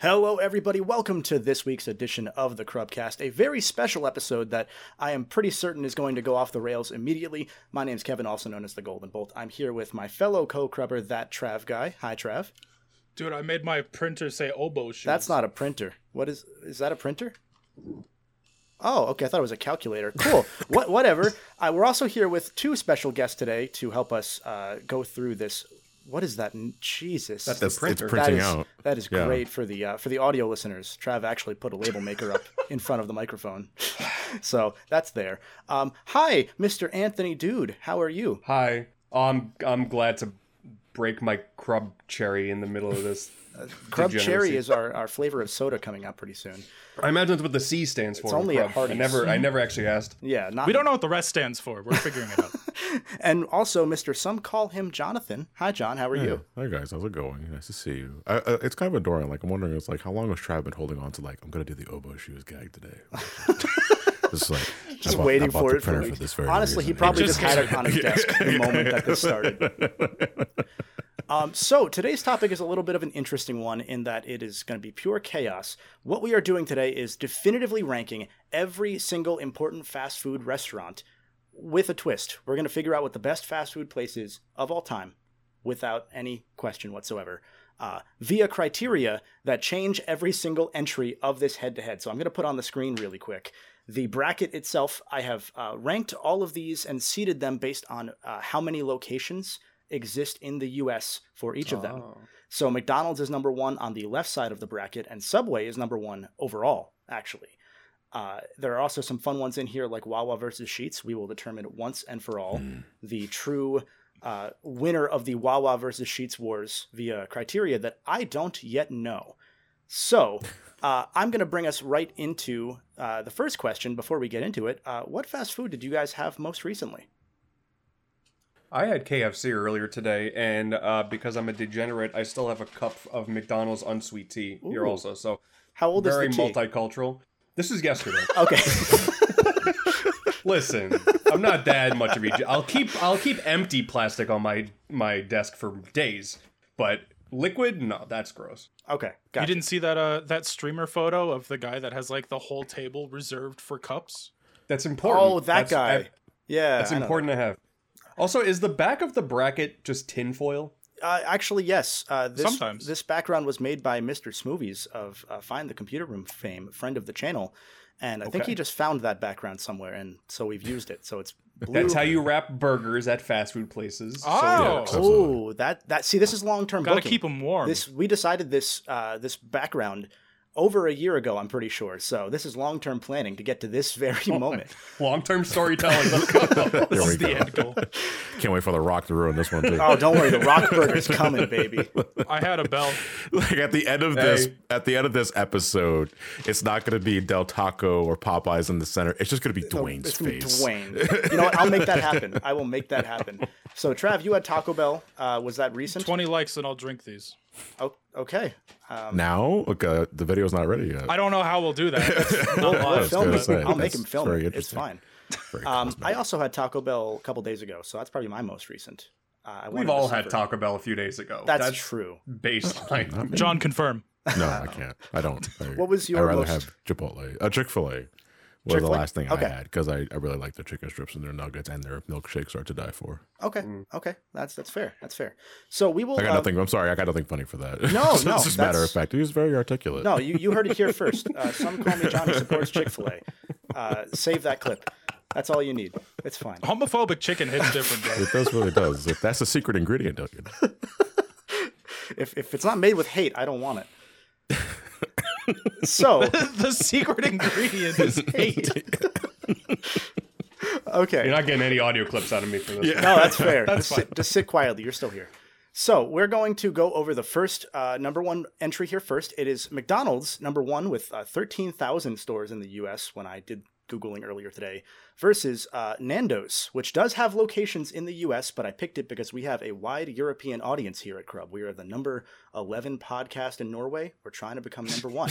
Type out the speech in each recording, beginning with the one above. Hello, everybody. Welcome to this week's edition of the Crubcast, a very special episode that I am pretty certain is going to go off the rails immediately. My name's Kevin, also known as the Golden Bolt. I'm here with my fellow co-crubber, that Trav guy. Hi, Trav. Dude, I made my printer say oboe shoes. That's not a printer. What is? Is that a printer? Oh, okay. I thought it was a calculator. Cool. what? Whatever. Uh, we're also here with two special guests today to help us uh, go through this. What is that? Jesus. That's the printer. It's That printing is- out. That is Yeah. great for the uh, for the audio listeners. Trav actually put a label maker up in front of the microphone, so that's there. Um, hi, Mr. Anthony, dude, how are you? Hi. I'm I'm glad to break my crub cherry in the middle of this. Uh, Crub cherry Degeneracy. is our, our flavor of soda coming out pretty soon. I imagine that's what the C stands for. in only at crub. I Hardee's. never I never actually asked. Yeah, not We don't know what the rest stands for. We're figuring it out. and also Mr. Some call him Jonathan. Hi, John, how are Yeah. you? Hi guys, how's it going? Nice to see you. I, uh, it's kind of adoring. Like I'm wondering, it's like how long has Trav been holding on to like I'm gonna do the oboe shoes gag today? just like I Just bought- I waiting bought for the it for, printer weeks. this very Honestly, he reason. probably It just, Just had it on his desk the moment that this started. Um, so today's topic is a little bit of an interesting one in that it is going to be pure chaos. What we are doing today is definitively ranking every single important fast food restaurant with a twist. We're going to figure out what the best fast food place is of all time without any question whatsoever uh, via criteria that change every single entry of this head to head. So I'm going to put on the screen really quick. The bracket itself, I have uh, ranked all of these and seeded them based on uh, how many locations exist in the US for each of them. So McDonald's is number one on the left side of the bracket, and Subway is number one overall, actually. Uh, there are also some fun ones in here like Wawa versus Sheets. We will determine once and for all the true uh, winner of the Wawa versus Sheets Wars via criteria that I don't yet know. So uh, I'm going to bring us right into uh, the first question before we get into it. Uh, what fast food did you guys have most recently? I had KFC earlier today, and uh, because I'm a degenerate, I still have a cup of McDonald's unsweet tea here Ooh. also. So How old very is the tea? multicultural. This is yesterday. okay. Listen, I'm not that much of a. I'll keep I'll keep empty plastic on my my desk for days, but liquid, no, that's gross. okay. You Gotcha. didn't see that uh that streamer photo of the guy that has like the whole table reserved for cups? That's important. Oh, that That's- guy. I- yeah. That's I know. important to have. Also, is the back of the bracket just tinfoil? Uh, actually, yes. Uh, this, Sometimes. this background was made by Mr. Smovies of uh, Find the Computer Room fame, friend of the channel, and I think Okay. he just found that background somewhere, and so we've used it. So it's blue. That's how you wrap burgers at fast food places. So- Oh, yeah. Oh, that that see, this is long term. gotta keep them warm. This we decided this uh, this background over a year ago. I'm pretty sure. So this is long term planning to get to this very Oh, moment. long-term storytelling. Let's go. There we is the go. end goal. Can't wait for the Rock to ruin this one too. Oh, don't worry, the rock burger's coming, baby. I had a bell. like at the end of this, Hey. at the end of this episode, it's not gonna be Del Taco or Popeyes in the center. It's just gonna be Dwayne's It's gonna be face. Dwayne. You know what? I'll make that happen. I will make that happen. So, Trav, you had Taco Bell. Uh, was that recent? Twenty likes and I'll drink these. Oh, okay. Um, Now, okay, the video's not ready yet. I don't know how we'll do that. That's not I'll live. film gonna it. say, I'll make Oh, that's- him film that's very it. It's interesting. fine. Very Um, close, man. I also had Taco Bell a couple days ago, so that's probably my most recent. Uh, I wanted We've to all had separate- Taco Bell mm. a few days ago. That's, true. baseline. John confirm. No, I can't. I don't. I, What was your I'd rather most- have Chipotle. A Chick Fil A was the Chick-fil-A? last thing Okay. I had because I, I really like their chicken strips and their nuggets and their milkshakes are to die for. Okay, okay, that's that's fair. That's fair. So we will. I got uh, nothing. I'm sorry. I got nothing funny for that. No, it's no, just matter that's- of fact. He was very articulate. No, you, you heard it here first. Uh, some call me Johnny supports Chick Fil A. Uh, save that clip. That's all you need. It's fine. Homophobic chicken hits different. Bro. It does really does. If that's a secret ingredient, don't you know? If if it's not made with hate, I don't want it. so the secret ingredient is hate. okay. You're not getting any audio clips out of me for this. one. No, that's fair. just, sit, just sit quietly. You're still here. So we're going to go over the first uh, number one entry here first. It is McDonald's number one with uh, 13,000 stores in the U.S. When I did googling earlier today, versus uh, Nando's, which does have locations in the U.S. But I picked it because we have a wide European audience here at Crub. We are the number 11 podcast in Norway. We're trying to become number one.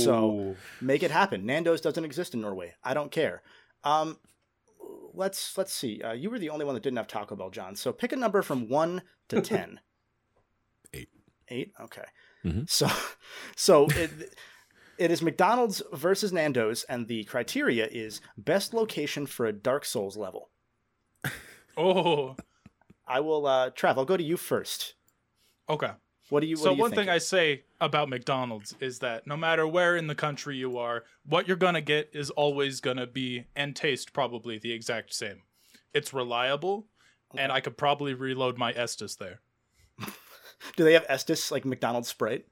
So- Make it happen. Nando's doesn't exist in Norway. I don't care. Um, let's let's see. Uh, you were the only one that didn't have Taco Bell, John. So pick a number from one to ten. Eight. Eight. Okay. So, so it, it is McDonald's versus Nando's, and the criteria is best location for a Dark Souls level. Oh, I will, uh, Trav. I'll go to you first. okay. What do you? What So do you one thing thinking? I say about McDonald's is that no matter where in the country you are, what you're gonna get is always gonna be and taste probably the exact same. It's reliable, and I could probably reload my Estes there. do they have Estes like McDonald's Sprite?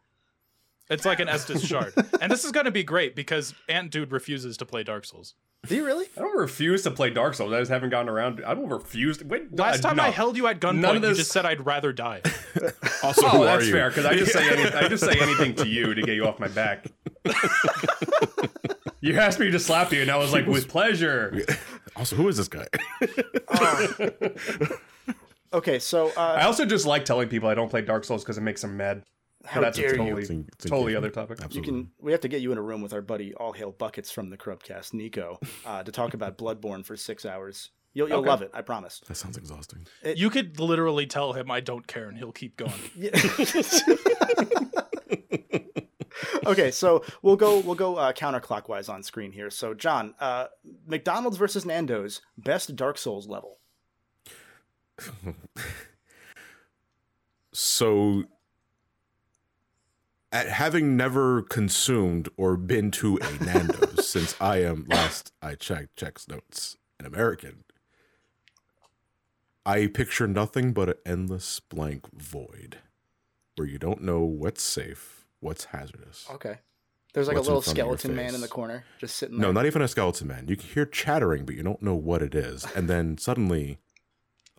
It's like an Estes shard, and this is gonna be great because Ant Dude refuses to play Dark Souls. Do you really? I don't refuse to play Dark Souls. I just haven't gotten around. to- I don't refuse. To, wait, Last uh, time no. I held you at None of gunpoint, you this- just said I'd rather die. Also, Oh, who that's are you? fair. Because I just say any, I just say anything to you to get you off my back. you asked me to slap you, and I was like, with pleasure. Also, who is this guy? Okay, so uh, I also just like telling people I don't play Dark Souls because it makes them mad. how that's a dare you? totally, It's en- it's totally engaging. other topic. You Absolutely. can. We have to get you in a room with our buddy All Hail Buckets from the Chromecast, Nico, uh, to talk about Bloodborne for six hours. You'll, you'll love it, I promise. That sounds exhausting. You could literally tell him I don't care, and he'll keep going. Okay, so we'll go we'll go uh, counterclockwise on screen here. So John, uh, McDonald's versus Nando's, best Dark Souls level. So, at having never consumed or been to a Nando's since I am last I checked, checks notes, an American, I picture nothing but an endless blank void where you don't know what's safe, what's hazardous. Okay. There's like What's a in little front of your skeleton man in face? the corner just sitting No, there. not even a skeleton man. You can hear chattering, but you don't know what it is. And then suddenly,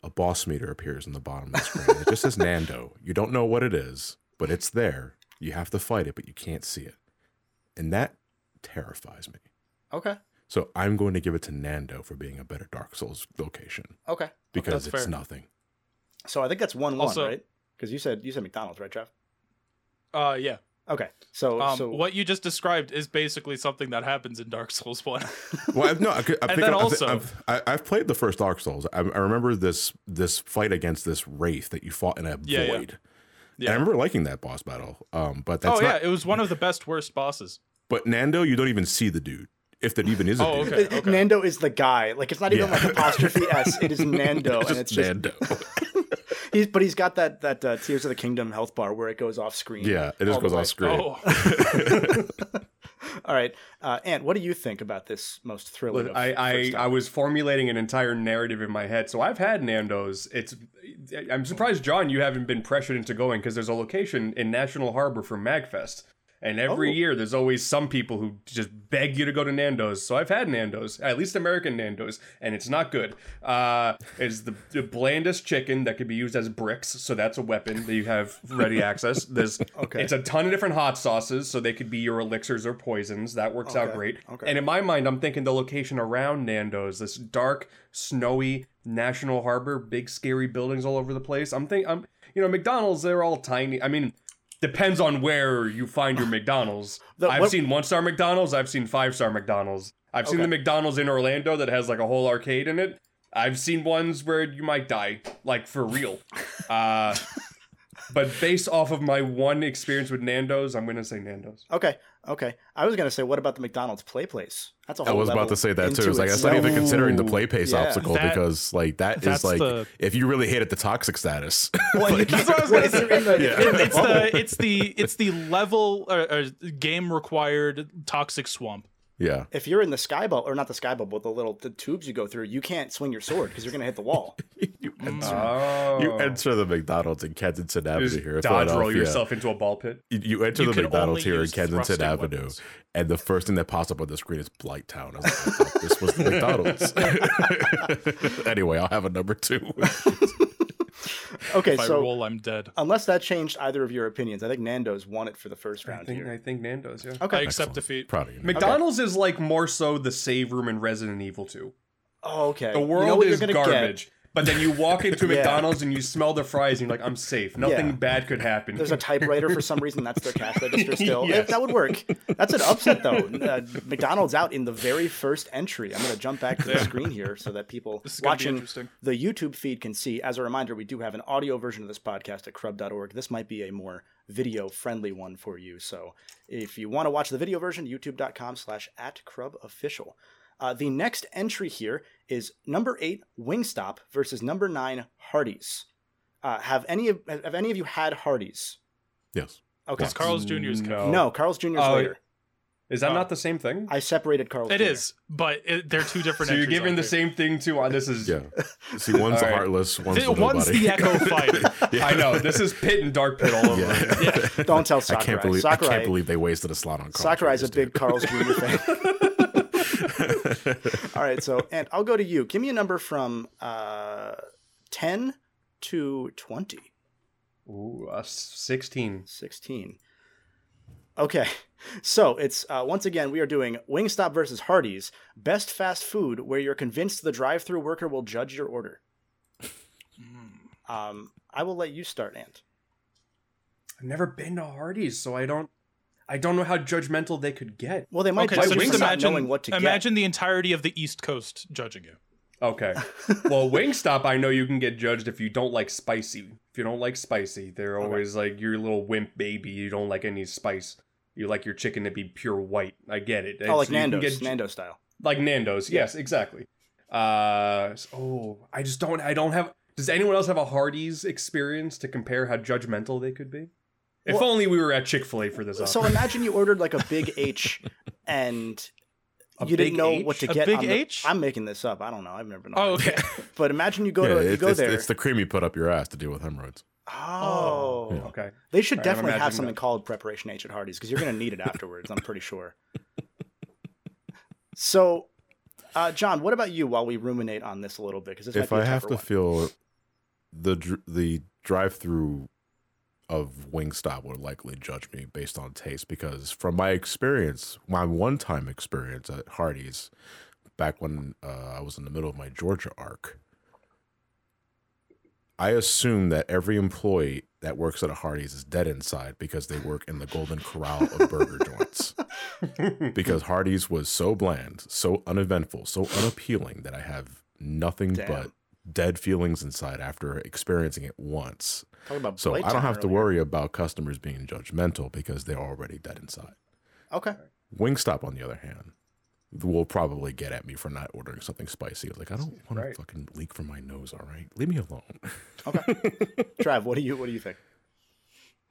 a boss meter appears in the bottom of the screen. It just says Nando. You don't know what it is, but it's there. You have to fight it, but you can't see it. And that terrifies me. Okay. So I'm going to give it to Nando for being a better Dark Souls location Okay. because that's it's fair. nothing. So I think that's one one, Also- right? Because you said you said McDonald's, right, Trev? Uh, yeah. Okay. So Um, so what you just described is basically something that happens in Dark Souls One. Well, I've, no, I, could- I think then I- I also- think I've, I, I've played the first Dark Souls. I, I remember this this fight against this wraith that you fought in a Yeah, yeah. void. Yeah. I remember liking that boss battle. Um, but that's oh not yeah, it was one of the best worst bosses. But Nando, you don't even see the dude, if that even is a Oh dude. okay, okay. Nando is the guy. Like it's not even Yeah. like apostrophe s. It is Nando, Oh, and it's just Nando. he's but he's got that that uh, Tears of the Kingdom health bar where it goes off screen. yeah, it All just the goes way. off screen. Oh, All right, uh, Ant, what do you think about this most thrilling? Look, of I, I, first I time? was formulating an entire narrative in my head. So I've had Nando's. It's I'm surprised, John, you haven't been pressured into going because there's a location in National Harbor for Magfest. And every Oh. year there's always some people who just beg you to go to Nando's. So I've had Nando's, at least American Nando's, and it's not good. Uh, it's the, the blandest chicken that could be used as bricks, so that's a weapon that you have ready access. There's Okay. it's a ton of different hot sauces, so they could be your elixirs or poisons. That works out Okay, great. okay. And in my mind, I'm thinking the location around Nando's, this dark, snowy National Harbor, big scary buildings all over the place. I'm thinking, I'm, you know, McDonald's, they're all tiny. I mean, depends on where you find your McDonald's. The- I've what- seen one star McDonald's, I've seen five star McDonald's. I've seen Okay. the McDonald's in Orlando that has like a whole arcade in it. I've seen ones where you might die, like for real. Uh, but based off of my one experience with Nando's, I'm gonna say Nando's. okay, okay. I was gonna say, what about the McDonald's Play Place? That's a Oh, I whole. was about level to say that too. into It's like that's not itself. even considering the play pace Yeah. obstacle That- because like that is that's like the- if you really hate it, the toxic status. Well, you That's can't- what I was gonna if you're in the- if you're in the it's bubble- the it's the it's the level or, or game required toxic swamp. yeah, If you're in the sky bubble, or not the sky bubble, but the little the tubes you go through, you can't swing your sword because you're gonna hit the wall. you enter, Oh, you enter the McDonald's in Kensington Avenue just here, in dodge roll Philadelphia. yourself into a ball pit. You, you enter You the can McDonald's only here in use Kensington thrusting Avenue, weapons. and the first thing that pops up on the screen is Blight Town. I was like, I thought this was the McDonald's. anyway, I'll have a number two. Okay, If I so roll, I'm dead. unless that changed either of your opinions, I think Nando's won it for the first I round think, here. I think Nando's. Yeah. I Okay. accept Excellent. defeat. Proud of you. Nando. McDonald's is like more so the save room in Resident Evil 2. Oh, okay. You The know world what you're is gonna get? garbage. But then you walk into Yeah. McDonald's and you smell the fries and you're like, I'm safe. Nothing Yeah. bad could happen. There's a typewriter for some reason. That's their cash register still. Yes. That would work. That's an upset though. Uh, McDonald's out in the very first entry. I'm going to jump back to the screen here so that people is gonna be watching interesting. the YouTube feed can see. As a reminder, we do have an audio version of this podcast at crub.org. This might be a more video friendly one for you. So if you want to watch the video version, youtube.com slash at crub official. Uh, the next entry here is number eight, Wingstop versus number nine, Hardee's. Uh, have any of have any of you had Hardee's? Yes. Okay. Because Carl's Jr.'s No. No, Carl's Jr. is Oh, later. Is that Oh. not the same thing? I separated Carl's. It Jr. is, but it, they're two different. So you're entries giving on the here. same thing to. Uh, this is. Yeah. See, one's the All right. heartless, one's Th- the one's nobody. the echo fight. I know. This is pit and dark pit all over. Yeah. Don't tell I Sakurai. can't believe Sakurai, I can't believe they wasted a slot on Carl. Sakurai's a Jr.'s, big dude. Carl's Jr. fan. All right, so and I'll go to you. Give me a number from uh, ten to 20. Ooh, uh, 16. 16. Okay, so it's uh, once again we are doing Wingstop versus Hardee's, best fast food where you're convinced the drive-through worker will judge your order. Um, I will let you start, Ant. I've never been to Hardee's, so I don't. I don't know how judgmental they could get. Well, they might Okay, judge so you just for not imagine knowing what to get. imagine the entirety of the East Coast judging you. Okay. Well, Wingstop, I know you can get judged if you don't like spicy. If you don't like spicy, they're always like, you're a little wimp baby. You don't like any spice. You like your chicken to be pure white. I get it. Oh, It's- like you can Nando's, get- Nando style. like Nando's. Yes, exactly. Uh s- oh, I just don't. I don't have. Does anyone else have a Hardee's experience to compare how judgmental they could be? If Well- only we were at Chick Fil A for this. So offer. imagine you ordered like a big H, and A you big didn't know H? what to A get. big on the- H? I'm making this up. I don't know. I've never been. Oh, on it. okay. But imagine you go Yeah, to you it's, go it's, there. it's the cream you put up your ass to deal with hemorrhoids. oh, Yeah. okay. they should All right, I'm definitely have imagining something that. called Preparation H at Hardee's because you're going to need it afterwards. I'm pretty sure. So, uh, John, what about you? While we ruminate on this a little bit, because this if might be I a have tougher to one. feel the dr- the drive through of Wingstop would likely judge me based on taste because from my experience, my one time experience at Hardee's back when uh, I was in the middle of my Georgia arc, I assume that every employee that works at a Hardee's is dead inside because they work in the golden corral of burger joints. because Hardee's was so bland, so uneventful, so unappealing that I have nothing Damn. but dead feelings inside after experiencing it once. Talk about So I Blade don't Time have to earlier. worry about customers being judgmental because they're already dead inside. Okay. Wingstop, on the other hand, will probably get at me for not ordering something spicy. It's like, I don't want Right. to fucking leak from my nose, all right? Leave me alone. Trav, what do you what do you think?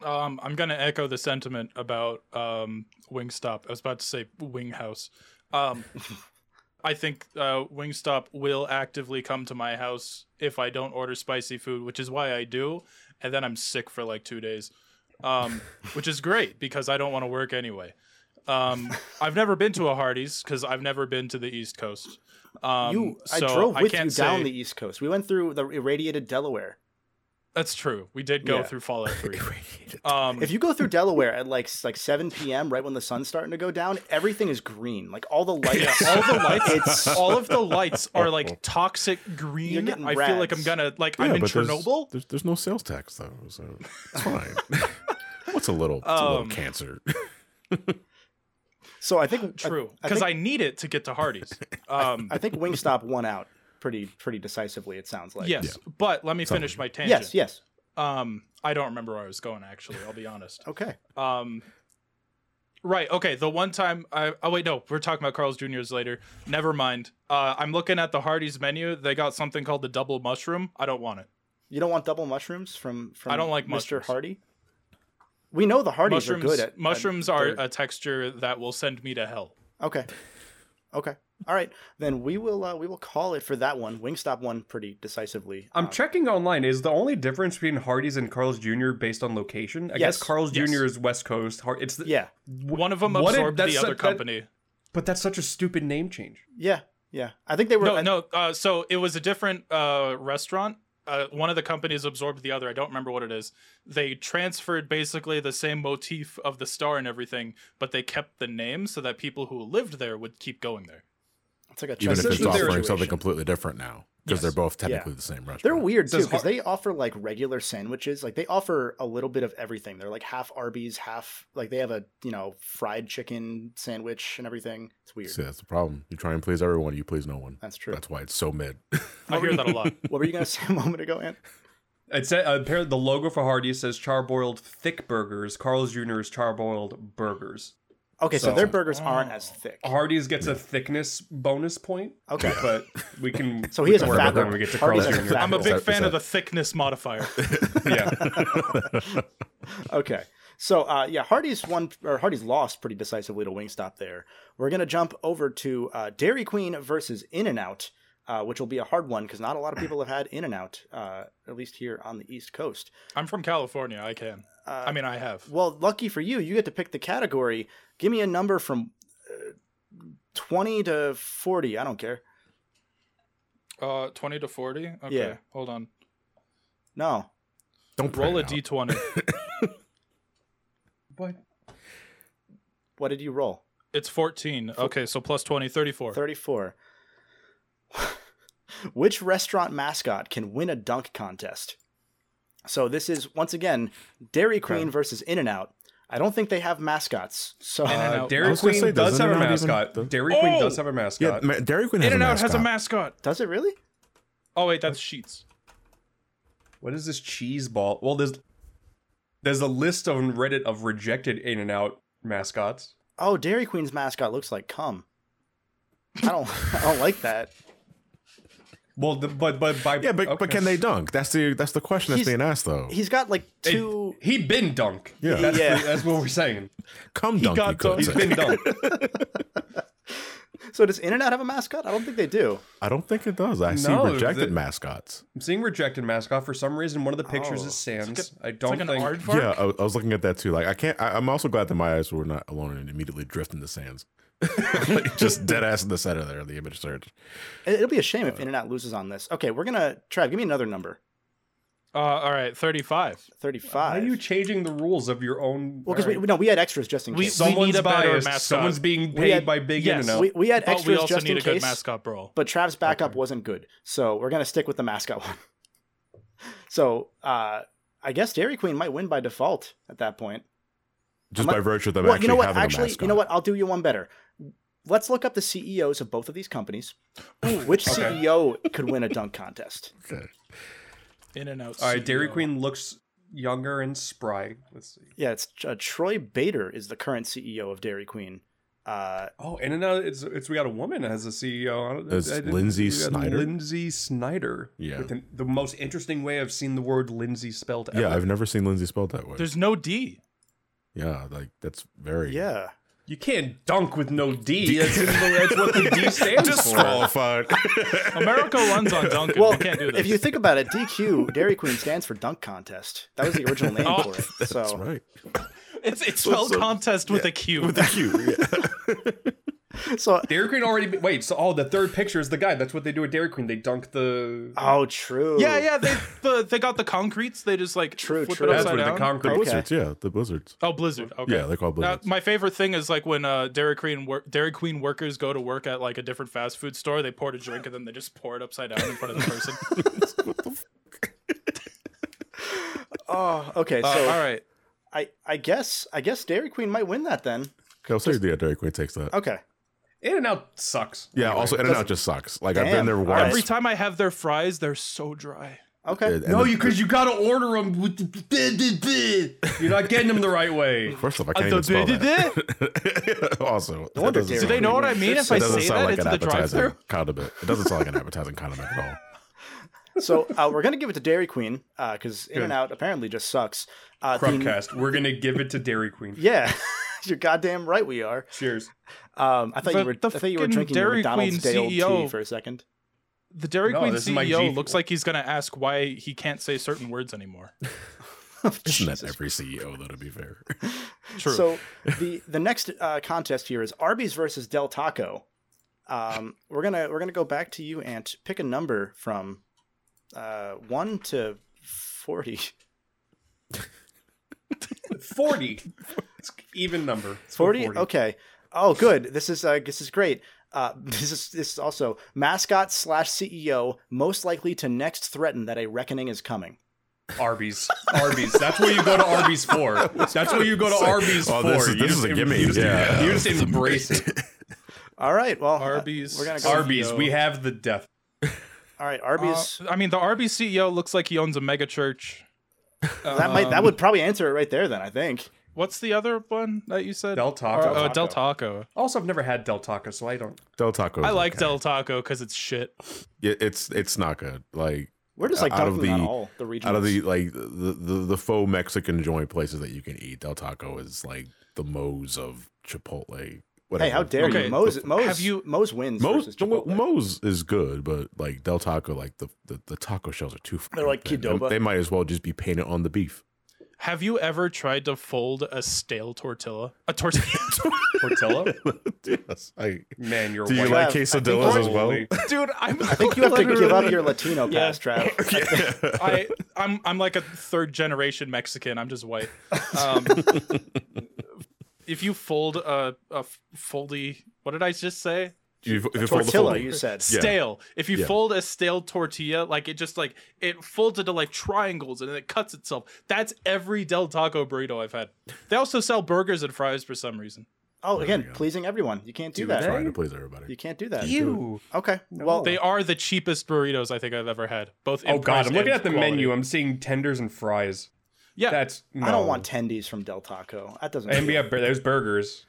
Um, I'm gonna echo the sentiment about um, Wingstop. I was about to say Winghouse. Um, I think uh, Wingstop will actively come to my house if I don't order spicy food, which is why I do, and then I'm sick for like two days, um, which is great because I don't want to work anyway. Um, I've never been to a Hardee's because I've never been to the East Coast. Um, you, I so drove with can't you down say- the East Coast. We went through the irradiated Delaware. That's true. We did go Yeah. through Fallout Three. um, If you go through Delaware at like s- like 7 p.m., right when the sun's starting to go down, everything is green. Like all the Yeah, lights. all the lights, It's- all of the lights are like toxic You're green. getting I feel like I'm rats. gonna like I'm in there's- Chernobyl. There's, there's no sales tax though, so it's fine. What's a little, it's a little Um, cancer? so I think True, I because I, think- need it to get to Hardee's. Um, I think Wingstop won out pretty pretty decisively. It sounds like. yes, but let me finish my tangent. Yes. Yes. Um, I don't remember where I was going. Actually, I'll be honest. Okay. Um, right. Okay. The one time I oh wait no we're talking about Carl's Juniors later. Never mind. Uh, I'm looking at the Hardee's menu. They got something called the double mushroom. I don't want it. You don't want double mushrooms from from I don't like Mr. mushrooms. Hardy. We know the Hardys mushrooms are good at at- mushrooms are they're- a texture that will send me to hell. Okay. Okay. All right. Then we will uh, we will call it for that one. Wingstop won pretty decisively. Um, I'm checking online. Is the only difference between Hardee's and Carl's Jr. based on location? I guess Yes. Carl's Yes. Jr. is West Coast. Har- It's the, Yeah. One of them What if- absorbed that's the other su- that- company. but that's such a stupid name change. Yeah. Yeah. I think they were. no, no. Uh, so it was a different uh, restaurant. Uh, one of the companies absorbed the other. I don't remember what it is. They transferred basically the same motif of the star and everything, but they kept the name so that people who lived there would keep going there. It's like a Even if Chesapeake it's Essentially, they're- offering situation. something completely different now. because Yes. they're both technically the same restaurant. They're weird too Says because har- they offer like regular sandwiches. Like they offer a little bit of everything. They're like half Arby's, half like they have a you know fried chicken sandwich and everything. It's weird. See, that's the problem. You try and please everyone, you please no one. That's true. That's why it's so mid. I hear that a lot. what were you gonna say a moment ago, Ant? It said uh, apparently the logo for Hardee's says charboiled thick burgers. Carl's Jr. is charboiled burgers. Okay, so, So- their burgers aren't Oh. as thick. Hardee's gets a thickness bonus point, Okay. but we can. So we he is a can worry fat about that one. when we get to Hardee's Carl's has a Jr. fat I'm a one. Is big that- fan is of that- the thickness modifier. yeah, okay. So uh, yeah, Hardy's won or Hardy's lost pretty decisively to Wingstop. There, we're gonna jump over to uh, Dairy Queen versus In and Out, uh, which will be a hard one because not a lot of people have had In and Out, uh, at least here on the East Coast. I'm from California. I can. Uh, I mean, I have. well, lucky for you, you get to pick the category. Give me a number from uh, twenty to forty. I don't care. Uh, 20 to 40? Okay, Yeah. hold on. No, Don't pray Roll a now. d20. What? what did you roll? It's 14. Okay, so plus 20, 34. 34. Which restaurant mascot can win a dunk contest? So this is once again Dairy Queen Okay. versus In and Out. I don't think they have mascots. So In-N-Out. Uh, I Dairy was gonna Queen say, does doesn't have a it not even- mascot. does- Dairy Queen Oh! does have a Yeah, mascot. Ma- Dairy Queen has In and a Out has a mascot. mascot. does it really? Oh, wait, that's Sheets. What is this cheese ball? Well, there's there's a list on Reddit of rejected In and Out mascots. Oh, Dairy Queen's mascot looks like cum. I don't. I don't like that. Well, the, but but by Yeah, but, okay. but can they dunk? That's the that's the question that's He's- being asked though. He's got like They- two. He been dunk. Yeah. that's, Yeah. The, that's what we're saying. Come dunk, got you could dunked. He's say. been dunk. So does In and Out have a mascot? I don't think they do. I don't think it does. I see No, rejected the- mascots. I'm seeing rejected mascot for some reason. One of the pictures Oh. is Sans. I It's don't like an think. aardvark? Yeah, uh, I, I was looking at that too. Like I can't. I, I'm also glad that my eyes were not alone and immediately drift in the sands, like just dead ass in the center there. The image search. It- It'll be a shame if In and Out loses on this. Okay, we're gonna Trav. Give me another number. Uh, all right, 35. Why Thirty-five. are you changing the rules of your own? well, because we no, we had extras just in We- case. someone's need a better biased. mascot. Someone's being We paid had- by Big yes, In and Out. we, we had But extras we also just need in a good case, mascot brawl. but Trav's backup wasn't good, so we're gonna stick with the mascot one. So uh, I guess Dairy Queen might win by default at that point. Just Am I- by virtue of them well, actually you know what? having a Actually, mascot. you know what? I'll do you one better. Let's look up the CEOs of both of these companies. Which okay. CEO could win a dunk contest? Okay. In and out. E All right, Dairy CEO. Queen looks younger and spry. Let's see. Yeah, it's uh, Troy Bader is the current CEO of Dairy Queen. Uh, Oh, In and Out. It's it's we got a woman as a E CEO. I don't- Is I didn't- Lindsay we got Snyder? Lindsay Snyder. Yeah. With an, the most interesting way I've seen the word Lindsay spelled. Ever. Yeah, I've never seen Lindsay spelled that way. There's no D. yeah, like that's very yeah, you can't dunk with no D. That's, that's what the D stands for. disqualified. America runs on Duncan. Well, we can't do this. if you think about it, DQ Dairy Queen stands for Dunk Contest. That was the original name Oh, for it. So That's right. it's, it's spelled so- contest with a Q. With a Q. Yeah. So, Dairy Queen already. Be, wait, so oh, the third picture is the guy. That's what they do at Dairy Queen. They dunk the. oh, true. yeah, yeah, they the, they got the concretes. They just like True, flip true. it that's upside where the down. concrete. Okay. Blizzards, yeah, the blizzards. oh, Blizzard. Okay. Yeah, they're called Now, blizzards. my favorite thing is like when uh, Dairy Queen wor- Dairy Queen workers go to work at like a different fast food store. They pour a drink and then they just pour it upside down in front of the person. Uh, Oh, okay. So Uh, all right, I, I guess I guess Dairy Queen might win that then. Okay, I'll say yeah, Dairy Queen takes that. Okay. In and Out sucks. Yeah, Anyway. also In and Out just sucks. Like I've Damn. been there All right. once. every time I have their fries, they're so dry. Okay. and- and No, the- you because you gotta order them. With the, you're not getting them the right way. First off, I Uh, can't the- even spell the- that. also, that wonder doesn't Dairy Do they sound- know what I mean if I It doesn't say sound that like an into the drive-through? appetizing condiment. It doesn't sound like an appetizing condiment at all. So uh, we're gonna give it to Dairy Queen because In and Out apparently just sucks. Uh, the- Crumcast. We're gonna give it to Dairy Queen. yeah, you're goddamn right. We are. Cheers. Um, I thought The- you were. the I thought you were fucking drinking Dairy your McDonald's Queen E Dale tea CEO. for a second. The Dairy No, Queen this is my CEO G- looks like he's gonna ask why he can't say certain words anymore. Isn't Jesus that every CEO though? To be fair, True. So the the next uh, contest here is Arby's versus Del Taco. Um, we're gonna we're gonna go back to you, Ant. Pick a number from uh, one to forty. Forty. It's an even number. It's 40? Okay. Oh, good. This is uh, this is great. Uh, this is this is also mascot slash CEO most likely to next threaten that a reckoning is coming. Arby's. Arby's. That's what you go to Arby's for. That's what you go to Arby's Oh, for. this is- You this just- is a you gimme, just- yeah. You just embrace it. All right, well, uh, Arby's. we're gonna go. E Arby's. We have the death. All right, Arby's. Uh, I mean, the Arby's CEO looks like he owns a mega church. Um, that might um, that would probably answer it right there. Then I think. What's the other one that you said? Del Taco. Or- oh, Del Taco. Also, I've never had Del Taco, so I don't. Del Taco. I like Del Taco because it's shit. Yeah, it's it's not good. Like We're just like Out of talking about the- all the regions. out of the like the, the the faux Mexican joint places that you can eat, Del Taco is like the Moe's of Chipotle. Whatever. hey, how dare Okay. you, Mose? Mose, Have you- Mose wins. Moe's, versus don't- Chipotle. Moe's is good, but like Del Taco, like the the, the taco shells are too. fucking like thin. They- Qdoba. They might as well just be painted on the beef. Have you ever tried to fold a stale tortilla? A tortilla. Portillo? yes, I. Man, you're Do white. you like Trev, I quesadillas think- as well? Holy- Dude, I'm. I think you have to give up your Latino Yeah. past, Trav. I, I'm I'm like a third generation Mexican. I'm just white. Um, if you fold a, a f- foldy, what did I just say? You- if you fold the Tortilla, folding. you said. Yeah. Stale. If you Yeah. fold a stale tortilla, like it just like it folds into like triangles and then it cuts itself. That's every Del Taco burrito I've had. They also sell burgers and fries for some reason. Oh, again, we go. pleasing everyone. You can't do, Do that. that. trying to please everybody. You can't do that. Ew. Okay. Well, They are the cheapest burritos I think I've ever had. Both. in Oh, God. price I'm looking and at the quality. menu. I'm seeing tenders and fries. Yeah, That's. No. I don't want tendies from Del Taco. That doesn't. And we feel- have bur- there's burgers.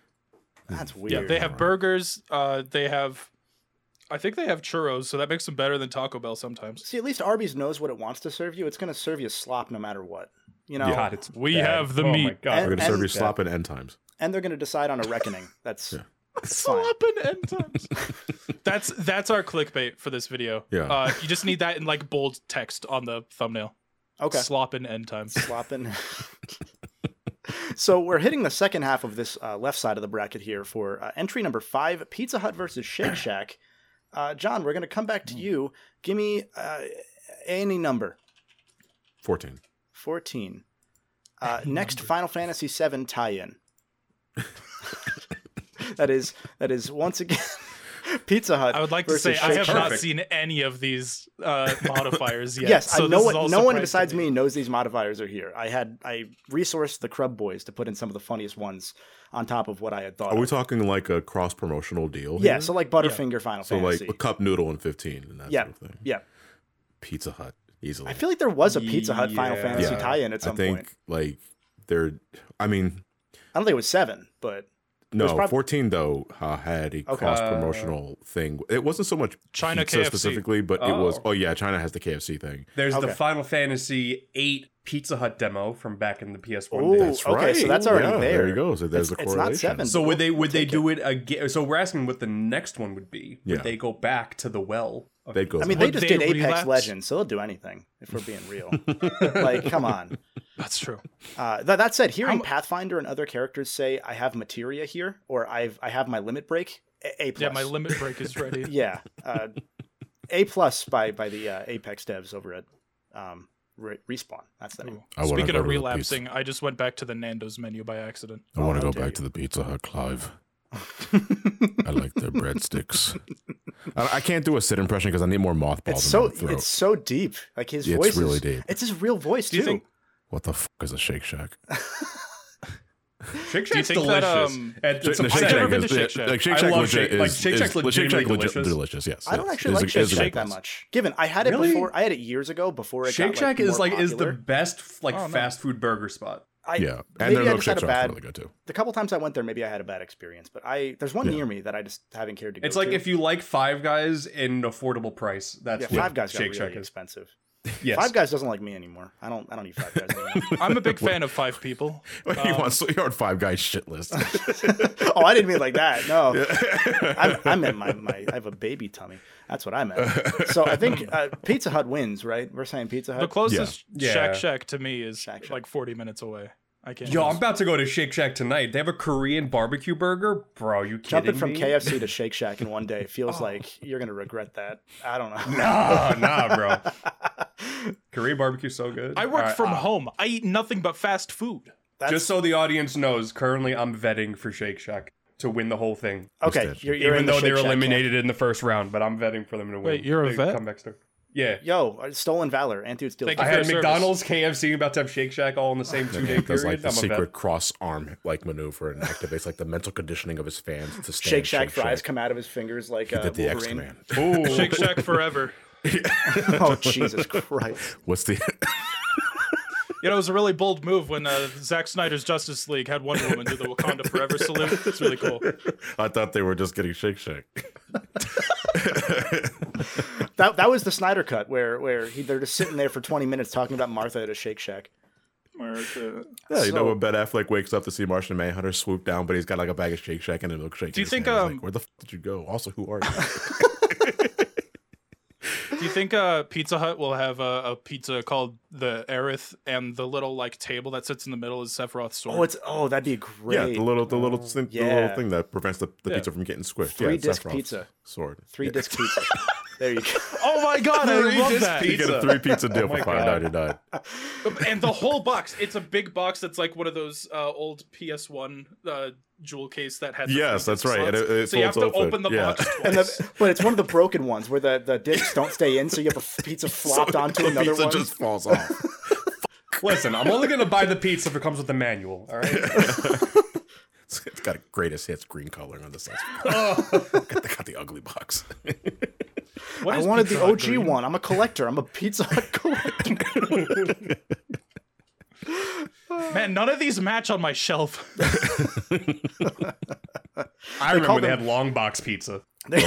That's Yeah, weird. they have burgers. Uh, they have. I think they have churros, so that makes them better than Taco Bell sometimes. See, at least Arby's knows what it wants to serve you. It's going to serve you slop no matter what. You know, God, it's We bad. have the oh My meat. God. We're gonna And- serve you slop and end times. and they're going to decide on a reckoning. That's fine. Slop and end times. that's that's our clickbait for this video. Yeah. Uh, you just need that in like bold text on the thumbnail. okay. Slop and end times. slopping. so we're hitting the second half of this uh, left side of the bracket here for uh, entry number five: Pizza Hut versus Shake Shack. Uh, John, we're going to come back to you. Give me uh, any number. Fourteen. Fourteen. Uh, next, Final Fantasy VII tie-in. that is that is once again Pizza Hut. I would like to say versus I Shake have Shack. not seen any of these uh, modifiers yet. Yes, so I this know is what, all no one surprise to besides me. knows these modifiers are here. I had I resourced the Crub Boys to put in some of the funniest ones on top of what I had thought. Are we of. talking like a cross promotional deal? yeah, here? so like Butterfinger Final So like Fantasy. a cup noodle and fifteen and that yeah, sort of thing. yeah. Pizza Hut easily. I feel like there was a Pizza Hut Final Yeah. Fantasy Yeah. tie-in at some I think point. like they're. I mean, I don't think it was seven, but no, was prob- fourteen though uh, had a cross promotional thing. It wasn't so much China pizza KFC. specifically, but it was. Oh. Oh yeah, China has the KFC thing. There's Okay. the Final Fantasy VII Pizza Hut demo from back in the PS1 Ooh, days. That's okay, right. so that's already yeah, there. you go. So there's It's- a it's correlation. not seven. So would they would they do it again? So we're asking what the next one would be. Would Yeah. they go back to the well? of- They'd go. I mean back. they Would just they did Apex relapse? Legends, so they'll do anything if we're being real. like, come on. me. That's true. Uh, th- that said, hearing mu- Pathfinder and other characters say "I have materia here" or "I've I have my limit break," a, a plus. Yeah, my limit break is ready. yeah uh, a plus by by the uh, apex devs over at um, Re- respawn that's the name I wanna Speaking go of to the pizza- relapsing, I just went back to the Nando's menu by accident. I want how to go dare back to the Pizza Hut, Clive. I like their breadsticks. I, I can't do a sit impression because I need more mothballs it's in so my throat. it's so deep like his It's voice is- really deep. it's his real voice Do too you think- What the fuck is a Shake Shack? Shake Do you Shack's think delicious. that, um, And it's No, a pizza. Shack never been is- to Shake yeah, Shack. Like Shake I Shack, love legit Shake- is, like, Shake is- Shack's like, Shake Shack legitimately legit delicious. delicious. Yes, i don't yes. actually It's a- like shake it's a shack good that place. much given i had it Really? before i had it years ago before it Shake got, Shack like, is more like is the popular. best like Oh, no. fast food burger spot. I, Yeah, and maybe their I just had milkshakes a are bad really good too. the couple times i went there maybe i had a bad experience but i there's one Yeah. near me that i just haven't cared to go It's like to. if you like Five Guys in an affordable price. That's yeah, what five guys got Shake really Shack is. expensive Yes. five guys doesn't like me anymore i don't i don't need five guys anymore I'm a big fan of Five People. Wait, Um, you want so you're on Five Guys shit list? oh, I didn't mean like that. No, I, I meant my, my I have a baby tummy. That's what I meant. So I think uh, Pizza Hut wins, right? We're saying Pizza The Hut. closest Yeah. Shack Shack to me is Shack Shack. like 40 minutes away. I can't. Yo, I'm about to go to Shake Shack tonight. They have a Korean barbecue burger, bro. You kidding Jumping from me? KFC to Shake Shack in one day feels like you're gonna regret that. I don't know. Nah, nah, bro. Korean barbecue's so good. I work All right, from uh, home. I eat nothing but fast food. That's, Just so the audience knows, currently I'm vetting for Shake Shack. to win the whole thing. Okay, Instead. you're, Oh, you're even in though the they Shake were Shack camp. eliminated in the first round, but I'm vetting for them to win. Wait, you're a They vet? Come back star. Yeah. Yo, uh, stolen valor. Anthony steals. Thank I you. had Fair McDonald's, KFC, about to have Shake Shack all in the same two day Hank does period. like the I'm a vet. secret cross arm like maneuver and activates like the mental conditioning of his fans to stand Shake Shack fries come out of his fingers like uh, Did the X Wolverine. command? Ooh. Shake Shack forever. Oh Jesus Christ! What's the? You know, it was a really bold move when uh, Zack Snyder's Justice League had Wonder Woman do the Wakanda Forever salute. It's really cool. I thought they were just getting Shake Shack. That that was the Snyder cut where where he, they're just sitting there for 20 minutes talking about Martha at a Shake Shack. Yeah, you So- know when Ben Affleck wakes up to see Martian Manhunter swoop down, but he's got like a bag of Shake Shack and a milkshake. Do you in his think, hand. He's um, like, where the f- did you go? Also, who are you? Do you think uh, Pizza Hut will have a, a pizza called the Aerith and the little like table that sits in the middle is Sephiroth's sword? Oh, it's oh that'd be great. yeah, the little, the little, thing, the yeah. little thing that prevents the, the Yeah. pizza from getting squished. Three yeah, it's disc Sephiroth's pizza. sword. Three Yeah. disc pizza. There you go. oh my god, I Three love disc that. pizza. You get a three Oh pizza deal my for five God. ninety nine. and the whole box. It's a big box that's like one of those uh, old PS1 uh, jewel case that had. the Yes, three that's right. slots. And it- it so you have to folds open. open the Yeah. box. Twice. And the, but it's one of the broken ones where the, the discs don't stay in, so you have a f- pizza flopped onto the another pizza one. just falls off. Listen, I'm only gonna buy the pizza if it comes with the manual. All right. It's it's got a greatest hits green coloring on the sides. got, the, got the ugly box. What I is wanted Pizza the Hut OG green? one. I'm a collector. I'm a Pizza Hut collector. Man, none of these match on my shelf. I call remember they them- had long box pizza. oh boy.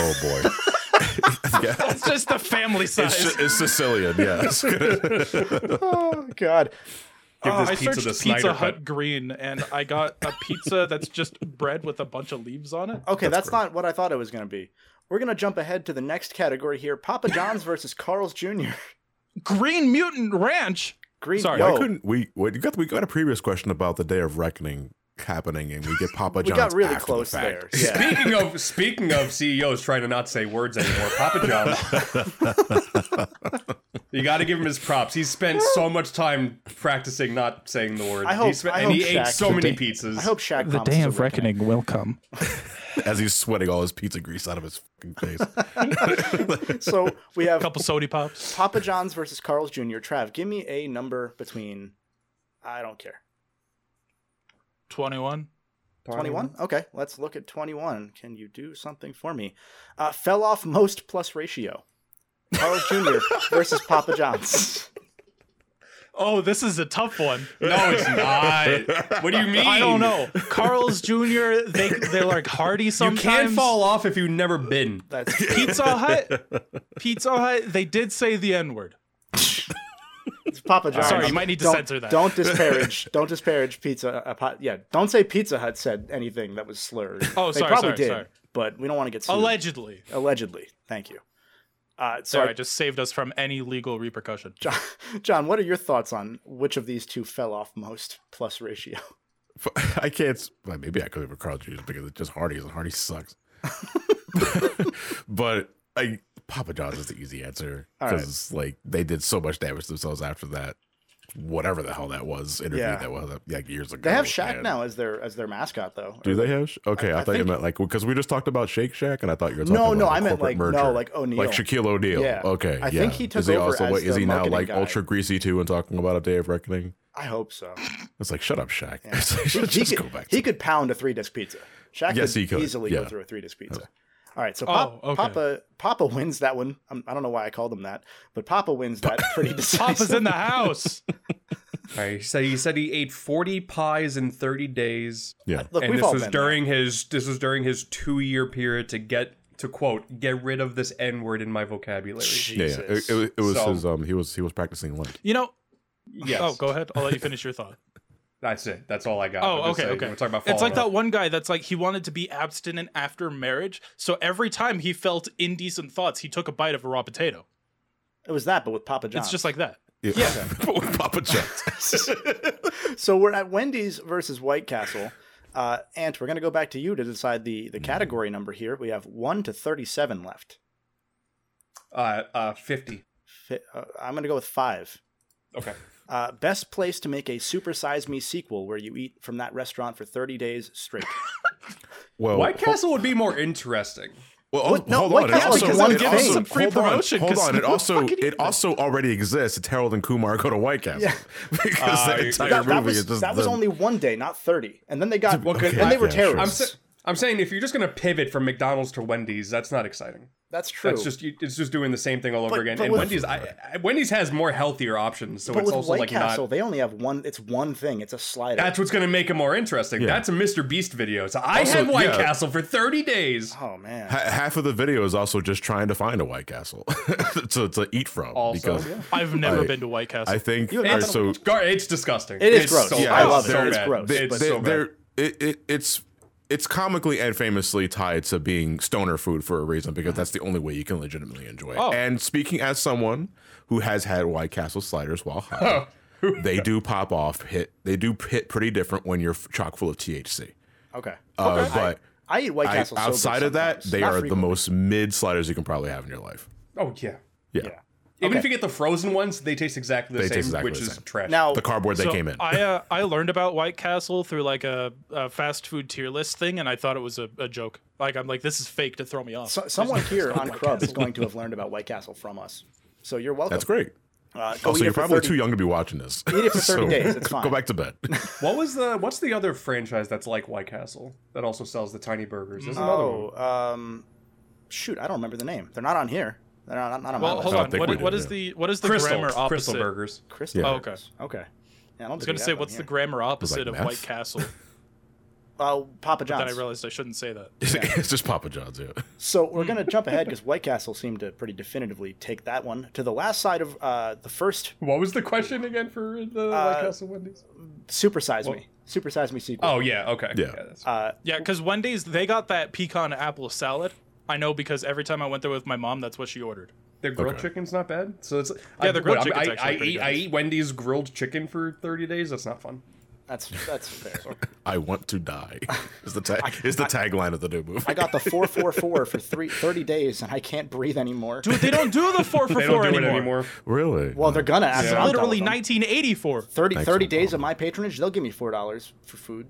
yeah. it's just the family size. It's, it's Sicilian, yeah. It's good. oh God. Give Oh, I this pizza searched to Pizza Snyder Hut Hut. Green, and I got a pizza that's just bread with a bunch of leaves on it. Okay, that's, not what I thought it was going to be. We're going to jump ahead to the next category here: Papa John's versus Carl's Jr. Green Mutant Ranch. Green. Sorry. yo, Why couldn't we? Wait, you got we got a previous question about the Day of Reckoning happening, and we get Papa we John's. got really after the close there. fact. Yeah. Speaking of speaking of CEOs trying to not say words anymore, Papa John's. you got to give him his props. He spent so much time practicing not saying the word. I hope- he spent, I and he hope ate Shaq- so The many day- pizzas. I hope Shaq. promises a will come. As he's sweating all his pizza grease out of his fucking face. So we have Couple sody pops. Papa John's versus Carl's Jr. Trav, give me a number between. I don't care. Twenty-one. 21? Okay, let's look at 21. Can you do something for me? Uh, fell off most plus ratio. Carl's Jr. versus Papa John's. Oh, this is a tough one. No, it's not. What do you mean? I don't know. Carl's Jr. They they're like hearty You sometimes. can fall off if you've never been. That's Pizza Hut. Pizza Hut. They did say the N word. it's Papa John's. Sorry, you might need to Don't- censor that. Don't disparage. Don't disparage Pizza. Uh, pa- yeah, don't say Pizza Hut said anything that was slurred. Oh, they sorry, probably sorry, did, sorry. but we don't want to get sued. Allegedly. Allegedly, thank you. Uh, so, Sorry, I- I just saved us from any legal repercussion. John, John, what are your thoughts on which of these two fell off most plus ratio? Oh, I can't. s- Well, maybe I could have Carl Jr. because it's just Hardee's and Hardy sucks. but I, Papa John's is the easy answer All right. because like they did so much damage to themselves after that, whatever the hell that was interview Yeah. that was like years ago. They have Shaq and- now as their as their mascot, though. Do they have? Sh- Okay, I, I thought you think- meant like because we just talked about Shake Shack, and I thought you were talking No, about no, the I meant like corporate merger. no, like O'Neal. like Shaquille O'Neal. Yeah. Okay, I yeah. think he took is he over also as what is the he now marketing like guy. ultra greasy too and talking about a day of reckoning? I hope so. It's like shut up, Shaq. Yeah. It's like, he, just he could, go back. he to- could pound a three disc pizza. Shaq Yes, could, he could, easily go yeah. through a three disc pizza. All right, so Oh, Pop, okay. Papa Papa wins that one. I'm, I don't know why I called him that, but Papa wins that pretty decisively. Papa's in the house. All right, he said he said he ate 40 pies in 30 days. yeah. Look, and we've this all was been during his this was during his two year period to get to quote get rid of this n word in my vocabulary. Yeah, yeah. It, it, was- it was So- his. Um, he was he was practicing Lent. You know. Yes. Oh, go ahead. I'll let you finish your thought. That's it. That's all I got. Oh, I'm just okay, saying, okay. We're talking about it's like falling that one guy that's like he wanted to be abstinent after marriage, so every time he felt indecent thoughts, he took a bite of a raw potato. It was that, but with Papa John. It's just like that. Yeah, but with Papa John's. so we're at Wendy's versus White Castle. Uh, Ant, we're going to go back to you to decide the, the category number here. We have 1 to 37 left. off. Uh, uh, 50. Fi- uh, I'm going to go with 5. Okay. Uh, best place to make a Super Size Me sequel where you eat from that restaurant for 30 days straight. Well, White Castle would be more interesting. Well, What? al- No, hold why on. It can't also, we? 'Cause I'm it getting also some free hold on, promotion, Hold 'cause on. It no also fucking- it also already exists. It's Harold and Kumar go to White Castle Yeah. because Uh, the entire That, movie that was is just that was them- only one day, not thirty. And then they got Well, and okay, they were yeah, sure. terrorists. I'm sa- I'm saying if you're just gonna pivot from McDonald's to Wendy's, that's not exciting. That's true. That's just you- it's just doing the same thing all over But- again. but and with- Wendy's, I, I, Wendy's has more healthier options, so but it's with also White like Castle, not. they only have one. It's one thing. It's a slider. That's what's gonna make it more interesting. That's a Mr. Beast video. So I Also, had White yeah. Castle for 30 days. oh man. ha- half of the video is also just trying to find a White Castle to, to eat from. Also, because yeah. I've never I- been to White Castle. I think You have all right, nothing- so. Gar- it's disgusting. It is gross. So Yeah, bad. I love it. So It's bad. gross. They, It's they, so bad. they're it, it, it's it's comically and famously tied to being stoner food for a reason because that's the only way you can legitimately enjoy it. Oh. And speaking as someone who has had White Castle sliders while Oh. high, they do pop off hit. They do hit pretty different when you're f- chock full of THC. okay. Uh, But I eat White I- Castle. sober outside of that, sometimes. they Not are the frequently. most mid sliders you can probably have in your life. Oh yeah. Yeah, Yeah. Even Okay. if you get the frozen ones, they taste exactly the They same, taste exactly which the is same. trash. Now, the cardboard they So came in. I uh, I learned about White Castle through like a, a fast food tier list thing, and I thought it was a, a joke. Like I'm like, this is fake to throw me off. so, someone here on Crub is going to have learned about White Castle from us. So you're welcome. that's great. Uh, go Also, eat it you're for probably 30 too young to be watching this. Eat it for 30 days, it's Go fine. back to bed. what was the what's the other franchise that's like White Castle that also sells the tiny burgers? There's another one. Oh, um, shoot, I don't remember the name. They're not on here. They're not, not on my well, list. hold I don't on. think What, we i- do, what is yeah. the what is the uh, Crystal, grammar opposite? Crystal burgers. Crystal. Yeah. Oh, okay. Okay. Yeah, I don't I was think gonna we say, have what's one the grammar opposite of meth? White Castle? here. uh, Papa then I John's? realized I shouldn't say that. it's just Papa John's. Yeah. So we're Mm. gonna jump ahead because White Castle seemed to pretty definitively take that one to the last side of uh, the first What was the question again for the Uh, White Castle Wendy's? Supersize Me, Supersize Me sequel. Uh, Oh yeah, okay. Yeah. that's- Yeah, because Wendy's they got that pecan apple salad. I know because every time I went there with my mom, that's what she ordered. their grilled okay. chicken's not bad. So it's Yeah, their grilled I, mean, chicken's I, I, actually pretty eat good. I eat Wendy's grilled chicken for 30 days. That's not fun. That's that's fair. I want to die. Is the tag is the tagline of the new movie? I got the four four four for three, 30 days and I can't breathe anymore. Dude, they don't do the four for They four don't do anymore. it anymore. really well, they're gonna. It's after I'm done literally with them. 1984. 30, Thanks 30 for the days of problem. my patronage. They'll give me four dollars for food.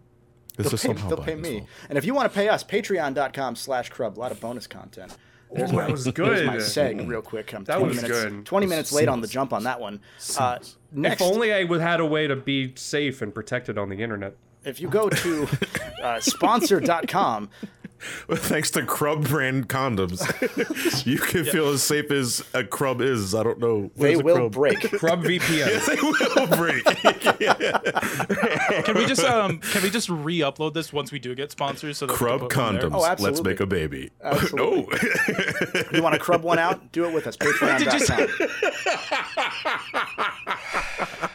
This is Pay- somehow they'll pay black as me. well. And if you want to pay us, patreon.com slash crub. A lot of bonus content. There's Ooh, my, that was There's good. my seg real quick. I'm That 20 was minutes, good. 20 minutes late on the jump on that one. Uh, next, If only I would had a way to be safe and protected on the internet. if you go to uh, sponsor.com, Thanks to Crub brand condoms, you can feel as safe as a crub is. I don't know. they Where's a will crub? break. Crub VPN. They will break. Can we just um can we just re-upload this once we do get sponsors? So that we can crub put one there? condoms. Oh, Let's absolutely. make a baby. Absolutely. You want to crub one out? Do it with us. Patreon.com.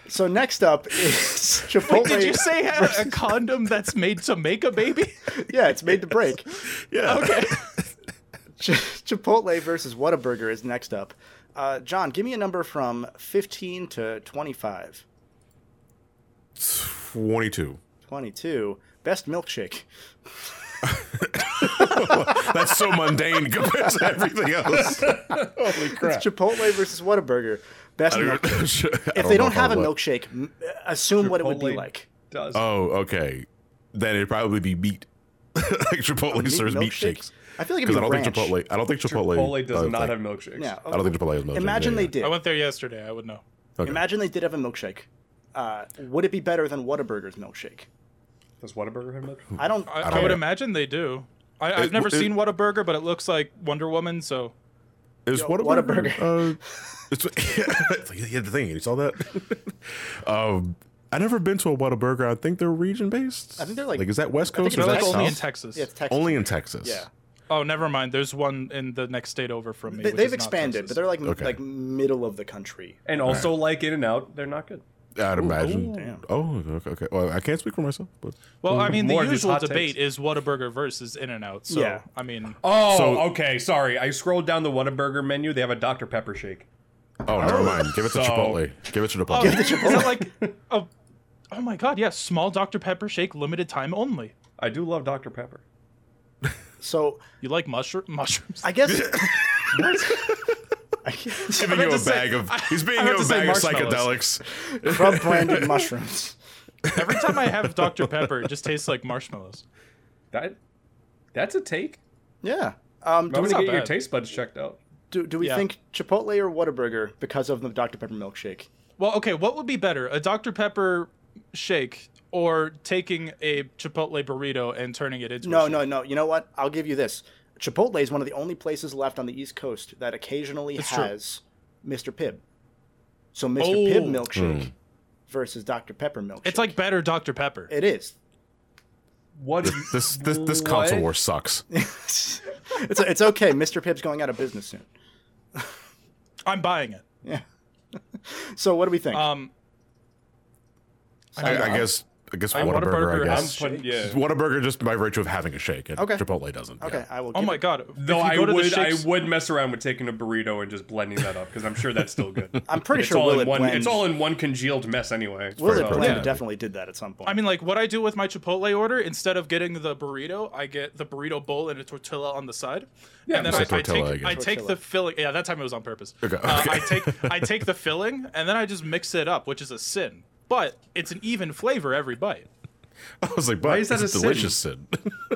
so next up is Chipotle. Did you say had a condom that's made to make a baby? Yeah, it's made to break. yeah. Okay. Ch- Chipotle versus Whataburger is next up. Uh, John, give me a number from 15 to 25. Twenty-two. 22. Best milkshake. That's so mundane compared to everything else. Holy crap. It's Chipotle versus Whataburger. Best milkshake. If if they don't have a milkshake, m- assume what it would be Chipotle like. does. Oh, okay. Then it'd probably be meat. like Chipotle Meat serves meat milkshake? shakes. I feel like it'd Because be I don't ranch. think Chipotle. I don't think Chipotle. Chipotle does does not like- have milkshakes. Yeah. I don't think Chipotle has milkshake. Imagine yeah, they yeah. did. I went there yesterday. I would know. Okay. Imagine they did have a milkshake. Uh, would it be better than Whataburger's milkshake? Does Whataburger have milkshake? I don't. I, don't I, would know. imagine they do. I, I've It- never it- seen Whataburger, but it looks like Wonder Woman. So Is Yo, what a burger. Whataburger. Uh, it's, it's like, yeah, the thing. You saw that? um, I never been to a Whataburger. I think they're region based. I think they're like- is that West I think Coast? So they're no, Or is that that's like only in South? Texas. Yeah, it's Texas. Only in Texas. Yeah. Oh, never mind. There's one in the next state over from me. They, which they've is not expanded, Texas. but they're like Okay. like middle of the country. And also, like In and Out, they're not good. I'd imagine. damn. Oh, okay, okay. Well, I can't speak for myself, but Well, I mean, the More of these usual hot takes. debate is Whataburger versus In-N-Out. So, Yeah. I mean, Oh, So- okay. Sorry, I scrolled down the Whataburger menu. They have a Dr Pepper shake. oh, never mind. Give it So- to Chipotle. Give it to Chipotle. oh, is that like, oh, oh my God, yes, small Dr Pepper shake, limited time only. I do love Dr Pepper. So You like mushroom mushrooms? I guess. I guess He's giving you a meant to say- bag of. He's I being meant you a to say bag of marshmallows. psychedelics. Crub branded mushrooms. Every time I have Dr Pepper, it just tastes like marshmallows. That That's a take. Yeah. Um, do, I'm we, gonna not get your bad. taste buds checked out. do, do we Yeah. think Chipotle or Whataburger because of the Dr. Pepper milkshake? Well, okay, what would be better, a Dr. Pepper shake or taking a Chipotle burrito and turning it into No, a no, no. You know what? I'll give you this. Chipotle is one of the only places left on the East Coast that occasionally It's true. has Mr. Pibb. So Mr. Oh. Pibb milkshake versus Dr. Pepper milkshake. It's like better Dr. Pepper. it is. What This this this what? console war sucks. it's it's okay. Mr. Pibb's going out of business soon. I'm buying it. So what do we think? Um I, I guess I guess I'm Whataburger. Whataburger, I I'm guess putting yeah. Whataburger just by virtue of having a shake. And Okay. Chipotle doesn't. okay, yeah. I will. oh give my it- god. Though if I you go to the would, I shakes- would mess around with taking a burrito and just blending that up because I'm sure that's still good. I'm pretty it's sure all Will in it one. blend. It's all in one congealed mess anyway. Will very it blend yeah. definitely did that at some point. I mean, like what I do with my Chipotle order, instead of getting the burrito, I get the burrito bowl and a tortilla on the side, Yeah, and then I, just a I take tortilla, I guess. I take the Tortilla. filling. Yeah, that time it was on purpose. Okay, Uh, okay. I take I take the filling and then I just mix it up, which is a sin, but it's an even flavor every bite. I was like, but is that it's a sin? delicious, Sid?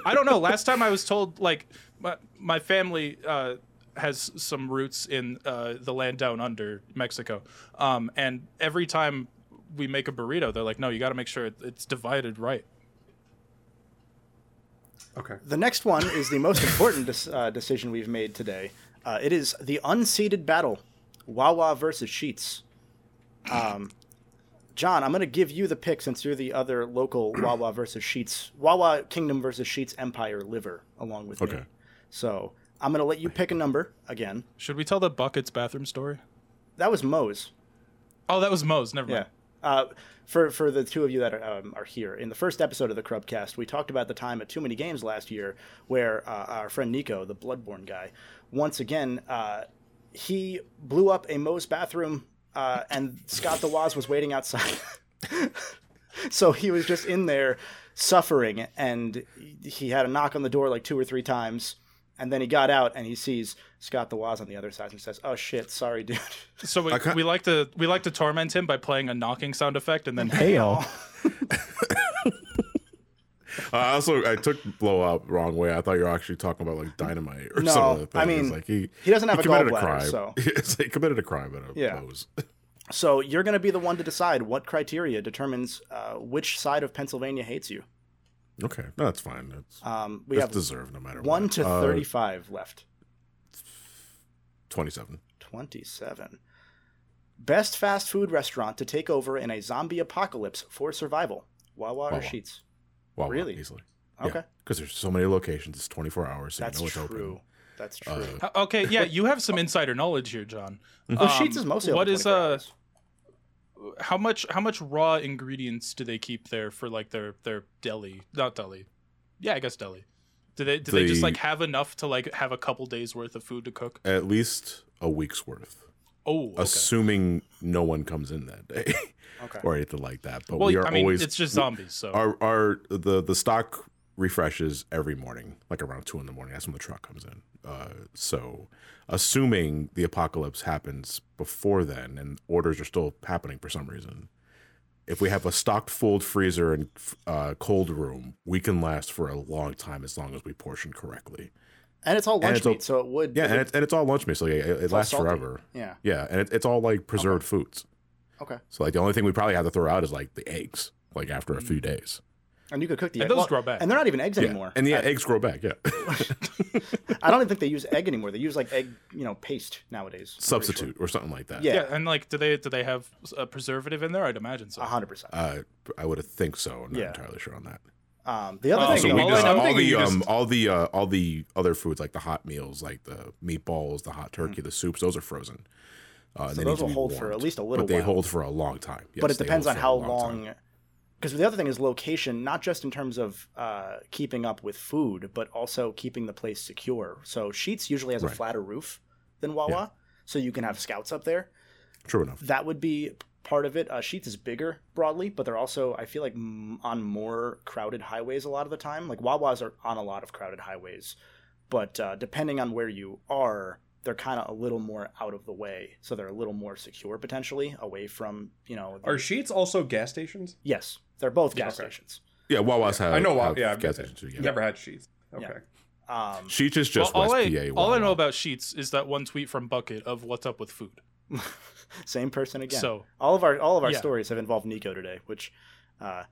I don't know. Last time I was told, like, my, my family uh, has some roots in uh, the land down under, Mexico. Um, and every time we make a burrito, they're like, no, you got to make sure it, it's divided right. Okay. the next one is the most important des- uh, decision we've made today. Uh, it is the unseated battle, Wawa versus Sheets. Um, John, I'm going to give you the pick since you're the other local Wawa versus Sheets, Wawa Kingdom versus Sheets Empire liver along with me. Okay. So I'm going to let you pick a number again. Should we tell the buckets bathroom story? That was Moe's. Oh, that was Moe's. Never Yeah. mind. Uh, for for the two of you that are, um, are here, in the first episode of the Crubcast, we talked about the time at Too Many Games last year, where uh, our friend Nico, the Bloodborne guy, once again uh, he blew up a Moe's bathroom, uh, and Scott the Waz was waiting outside. so he was just in there suffering, and he had a knock on the door like two or three times. And then he got out and he sees Scott the Waz on the other side and says, "Oh shit, sorry, dude." So we, ca- we like to we like to torment him by playing a knocking sound effect and then hey all. Uh, I also I took blow up wrong way. I thought you were actually talking about like dynamite or No, some other thing. I It's mean, like he, he doesn't have a committed gallbladder, crime. so- It's like he committed a crime at a Yeah. Moe's. So you're going to be the one to decide what criteria determines uh, which side of Pennsylvania hates you. Okay, no, that's fine. That's, Um, we that's have deserved no matter one what. to Uh, thirty-five left. 27. Twenty-seven. Best fast food restaurant to take over in a zombie apocalypse for survival. Wawa or Wawa. Sheets? Wow, wow, Really? easily. Okay, Because there's so many locations, it's 24 hours. So that's you know it's true. open. Uh, That's true. Uh, Okay, yeah, you have some insider knowledge here, John. Um, well, Sheets is mostly what open is 24 uh hours. how much how much raw ingredients do they keep there for like their their deli not deli yeah i guess deli do they do they just They- like have enough to like have a couple days worth of food to cook At least a week's worth, oh okay. assuming no one comes in that day Okay. or anything like that. But well we are i mean always it's just zombies so our our the the stock refreshes every morning, like around two in the morning. That's when the truck comes in. Uh, so, assuming the apocalypse happens before then, and orders are still happening for some reason, if we have a stocked full freezer and uh, cold room, we can last for a long time as long as we portion correctly. and it's all and lunch it's a- meat, so it would. Yeah, and it's, and it's all lunch meat, so yeah, it, it all lasts salty. forever. yeah. Yeah, and it, it's all like preserved foods. Okay, So like the only thing we probably have to throw out is like the eggs, like after a Mm. few days. and you could cook the And egg- those grow back. and they're not even eggs Yeah, anymore. and the I, eggs grow back. Yeah. I don't even think they use egg anymore. They use like egg, you know, paste nowadays. I'm pretty sure. substitute or something like that. Yeah. yeah and like do they do they have a preservative in there i'd imagine so A hundred percent. Uh, I would think so. I'm not Yeah. entirely sure on that. Um, the other Oh, thing, so Also, though, we all I just, know- all, I'm thinking the you just- um, all the uh, all the other foods like the hot meals, like the meatballs, the hot turkey, the soups, those are frozen. Uh, Mm-hmm. and So they those need to will be hold for warmed, at least a little But they while. hold for a long time. Yes, but it they depends on hold for a how time. long. Because the other thing is location, not just in terms of uh, keeping up with food, but also keeping the place secure. So Sheets usually has a Right. flatter roof than Wawa, so you can have scouts up there. True enough. That would be part of it. Uh, Sheets is bigger broadly, but they're also, I feel like, m- on more crowded highways a lot of the time. Like Wawas are on a lot of crowded highways, but uh, depending on where you are, they're kind of a little more out of the way, so they're a little more secure potentially away from you know. the- Are sheets also gas stations? Yes, they're both gas Okay. stations. Yeah, Wawa's have. I know. Wa- have yeah, I've gas stations too, yeah. never had sheets. Yeah. Okay. Um, Sheets is just all, West I, PA. all I know 101. about Sheets is that one tweet from Bucket of what's up with food. same person again. So all of our all of our Yeah. stories have involved Nico today, which uh,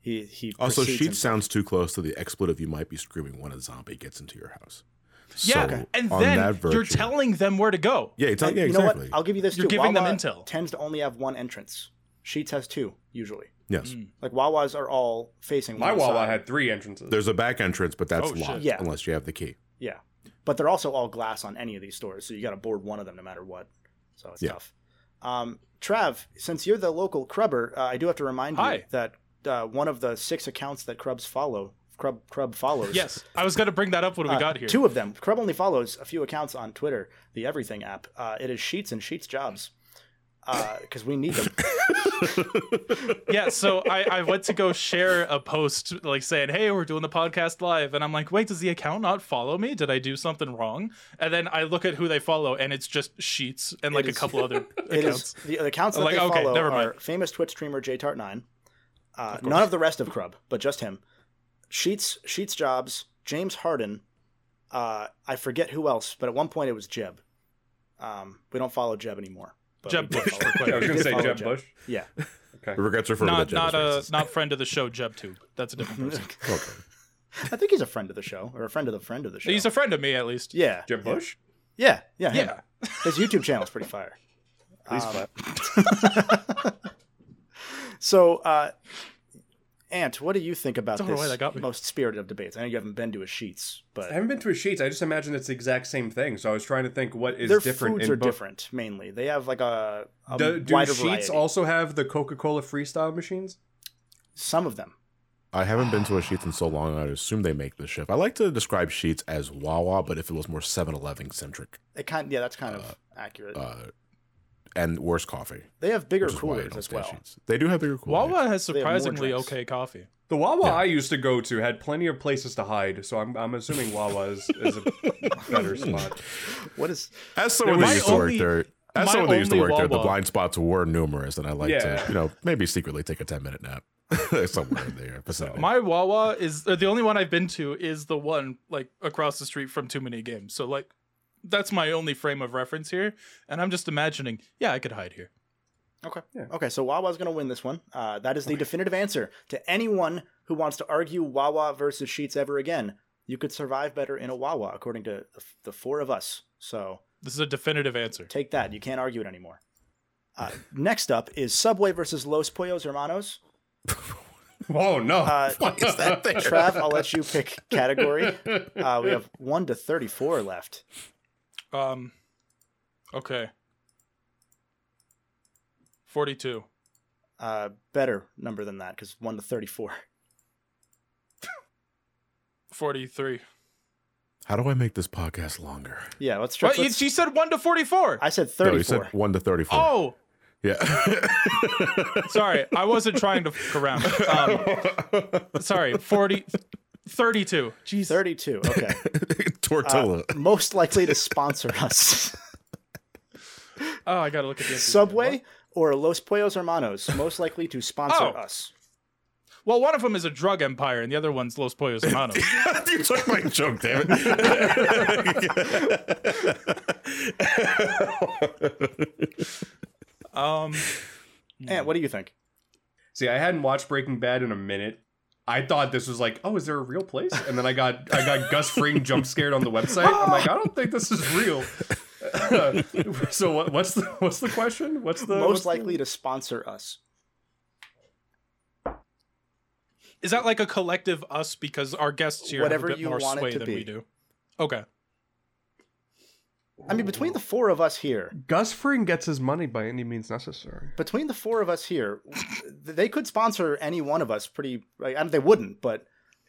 he he Also, proceeds sheets in- sounds too close to the expletive you might be screaming when a zombie gets into your house. yeah, So, and on then that you're virtue- telling them where to go. Yeah, it's, And yeah, you know exactly. what? I'll give you this You're too. giving them Wawa intel. Tends to only have one entrance. Sheets has two usually. yes. Like Wawas are all facing. My one Wawa side. had three entrances. There's a back entrance, but that's Oh, shit. locked Yeah. unless you have the key. Yeah, but they're also all glass on any of these stores, so you got to board one of them no matter what. So it's Yeah. tough. Um, Trav, since you're the local Crubber, uh, I do have to remind you Hi. that uh, one of the six accounts that Crubs follow, Crub Crub follows. Yes, I was gonna bring that up when we uh, got here. Two of them. Crub only follows a few accounts on Twitter, the Everything app. Uh, it is Sheets and Sheets Jobs because we need them. yeah, so I, I went to go share a post like saying, Hey, we're doing the podcast live. And I'm like, Wait, does the account not follow me? Did I do something wrong? And then I look at who they follow, and it's just sheets and like a is- couple other It accounts. Oh, is the, the accounts that Like, they okay, follow never mind. are famous Twitch streamer JTart9. Uh, none of the rest of Krub, but just him. Sheets, Sheets Jobs, James Harden. Uh, I forget who else, but at one point it was Jeb. Um, we don't follow Jeb anymore. But we Jeb did Bush, follow real him. quick. yeah, I We did follow Yeah. was gonna say Jeb Bush. Regrets referred Not to not a Jennifer's not friend of the show, JebTube. That's a different person. I think he's a friend of the show, or a friend of the friend of the show. He's a friend of me at least. yeah, Jeb Bush. yeah, yeah, him. Yeah. His YouTube channel's pretty fire. Please Um, clap. Um, So, uh, Ant, what do you think about Don't know this why that got me. most spirited of debates? I know you haven't been to his sheets, I but haven't been to his sheets. I just imagine it's the exact same thing. So I was trying to think what is their different. foods in are both. different mainly. They have like a, a Do, do wider sheets variety. also have the Coca-Cola freestyle machines? Some of them. I haven't been to a Sheets in so long. I assume they make the shift. I like to describe Sheets as Wawa, but if it was more 7-Eleven centric, It kind yeah, that's kind of accurate. uh, and worse coffee. they have bigger which is why I coolers don't as stand well. Sheetz. They do have bigger coolers. Wawa has They have more surprisingly drinks. okay coffee. The Wawa I used to go to had plenty of places to hide, so I'm, I'm assuming Wawa is, is a better spot. What is As someone There was that used to work only- there, as my someone that used to only work there, the Wawa- blind spots were numerous, and I like to, Yeah. you know, maybe secretly take a ten minute nap somewhere in there. Vicinity. My Wawa is or the only one I've been to is the one like across the street from Too Many Games. So like that's my only frame of reference here, and I'm just imagining. Yeah, I could hide here. Okay. Yeah. Okay, so Wawa's going to win this one. Uh, that is the definitive answer to anyone who wants to argue Wawa versus Sheets ever again. You could survive better in a Wawa, according to the f- the four of us. So This is a definitive answer. take that. You can't argue it anymore. Uh, next up is Subway versus Los Pollos Hermanos. Oh no! Uh, Why is that there? Trav, I'll let you pick category. Uh, we have 1 to 34 left. Um, okay. Forty-two. Uh, better number than that because 1 to 34. 43. How do I make this podcast longer? Yeah, let's try. Well, you- let's- she said 1 to 44. I said No, 34. you said one to thirty-four. oh, yeah. sorry. I wasn't trying to fuck around. Um, sorry. 40, 32. Jeez. 32. Okay. Tortilla. Uh, most likely to sponsor us Oh, I got to look at the answers. subway or los pollos hermanos most likely to sponsor Oh. us Well, one of them is a drug empire, and the other one's Los Pollos Hermanos. uh, you took my joke, damn it. Um, and what do you think See, I hadn't watched Breaking Bad in a minute. I thought this was like, oh, is there a real place? And then I got I got Gus Fring jump scared on the website. I'm like, I don't think this is real. so what, what's the what's the question? What's the what's most the- likely to sponsor us is that like a collective us because our guests here Whatever have a bit you more want it sway to than be. we do? Okay. i mean between the four of us here Gus Fring gets his money by any means necessary. between the four of us here they could sponsor any one of us pretty like, I mean, they wouldn't but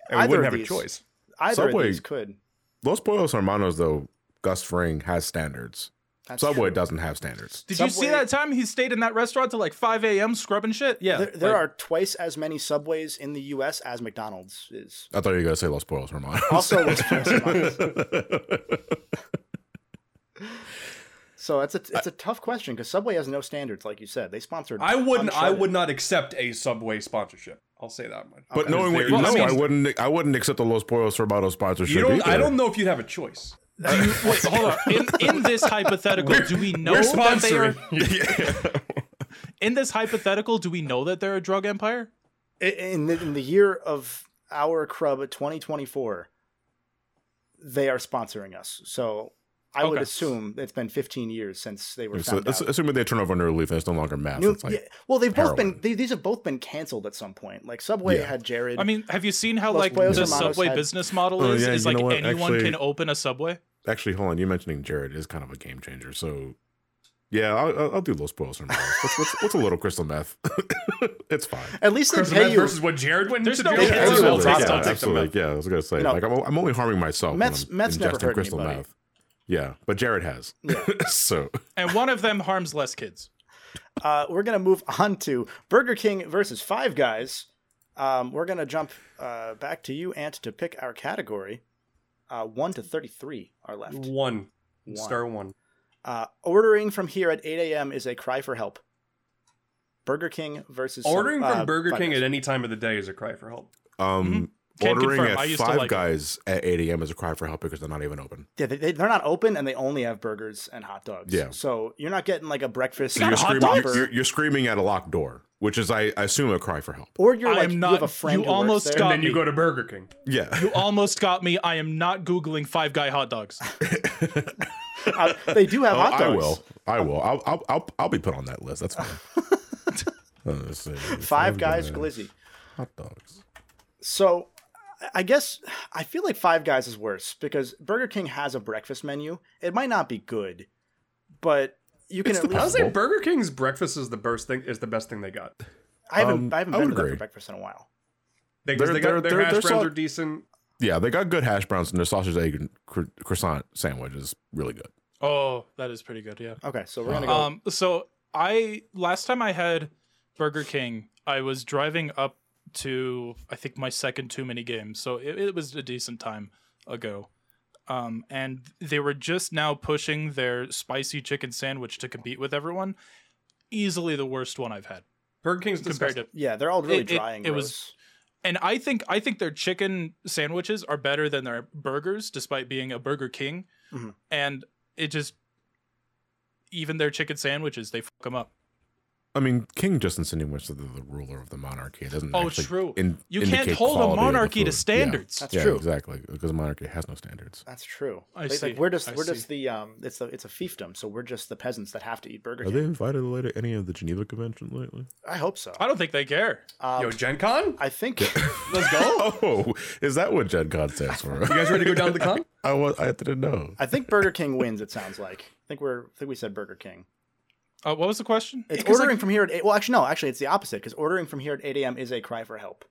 And we Either wouldn't of have a these. choice. either Subway- of these could Los Pollos Hermanos, though, Gus Fring has standards. That's Subway true. doesn't have standards. Did you Subway- see that time he stayed in that restaurant till like 5 a.m. scrubbing shit? Yeah. there, there like- are twice as many subways in the us as mcdonald's is I thought you were going to say Los Pollos Hermanos. also Los Pollos Hermanos. so it's a it's a tough question because subway has no standards like you said they sponsored I wouldn't. I Uncharted. would not accept a Subway sponsorship. I'll say that much. But knowing what there- you Well, I know, I, mean- wouldn't. I wouldn't accept the Los Pollos Hermanos sponsorship. You don't. either. I don't know if you'd have a choice. Do you, wait, hold on. In, in this hypothetical, do we know We're that they are? sponsoring. In this hypothetical, do we know that they're a drug empire? I- in the, in the year of our Crub 2024, they are sponsoring us. So I would Okay. assume it's been 15 years since they were So found that's- out. assuming they turn over a new leaf and it's no longer math. New- it's like yeah, well, they've both been heroin. they, these have both been canceled at some point. Like Subway Yeah. had Jared. I mean, have you seen how Los like Pollos the Hermanos subway had- business model Oh, is? yeah, is you like know what? anyone Actually- can open a subway. actually, hold on. You mentioning Jared is kind of a game changer. So yeah, I'll, I'll- I'll do Los Pollos Hermanos. what's, what's, what's a little crystal meth? it's fine. at least they Chris pay Matt you. versus what Jared went There's to no do. way. Yeah, Absolutely. I'll take yeah, the- I'll take the absolutely. meth. yeah, I was gonna say No. like I'm, I'm only harming myself. when Meth's- I'm meth's never ingesting hurt crystal anybody. meth. Yeah, but Jared has. so And one of them harms less kids. Uh, we're gonna move on to Burger King versus Five Guys. Um, we're gonna jump uh, back to you, Ant, to pick our category. Uh, one to thirty-three are left. One. One. Star one. Uh, ordering from here at 8 a.m. is a cry for help. Burger King versus some- Ordering uh, from Burger Five King Guys. at any time of the day is a cry for help. um, Can ordering Mm-hmm. confirm, I at used to Five like it. Guys at 8 a.m. is a cry for help because they're not even open. yeah, they, they're not open and they only have burgers and hot dogs. Yeah. so you're not getting like a breakfast. You got or a hot a dog? supper, You're, you're screaming at a locked door, which is I, I assume a cry for help. or you're I like am you have not- a friend. you who works almost there. got- And then you go to Burger King. Yeah. You almost got me. I am not googling Five Guy hot dogs. Uh, they do have Oh, hot dogs. I will. I will. I'll, I'll, I'll, I'll be put on that list. That's fine. Uh, let's see. Five Guys Guy Glizzy. hot dogs. So I- I guess I feel like Five Guys is worse because Burger King has a breakfast menu. It might not be good, but you can It's at the least. I would say Well- Burger King's breakfast is the best thing is the best thing they got. I haven't. um, I haven't I been would to them for agree. breakfast in a while. They, 'cause They're- they got they're- their they're- hash they're browns so- are decent. Yeah, they got good hash browns and their sausage egg and cr- croissant sandwich is really good. Oh, that is pretty good. Yeah. Okay, so we're gonna go. Um, so I last time I had Burger King, I was driving up to I think my second too many games, so it, it was a decent time ago. Um, and they were just now pushing their spicy chicken sandwich to compete with everyone. Easily the worst one I've had Burger King's compared disgusting. to, Yeah, they're all really It- it- dry and it was- gross. and I think I think their chicken sandwiches are better than their burgers, despite being a Burger King. Mhm. And it just even their chicken sandwiches they fuck them up. I mean, King just insinuates that they're the ruler of the monarchy. It doesn't. Oh, actually true. in- You indicate can't hold quality a of the monarchy food. to Yeah. standards. That's Yeah, true. exactly. Because monarchy has no standards. That's true. I Like- see. Like we're just I we're see. just the um it's the it's a fiefdom, so we're just the peasants that have to eat Burger Are they King. invited to like, any of the Geneva Convention lately? I hope so. I don't think they care. Um, Yo, Gen Con? I think Let's go. Oh, is that what Gen Con stands for? You guys ready to go down to the con? I was. I didn't know. I think Burger King wins. It sounds like I think we're I think we said Burger King. Uh, what was the question? It's 'cause, ordering from here at eight. Well, actually no, actually it's the opposite because ordering from here at eight a.m. is a cry for help.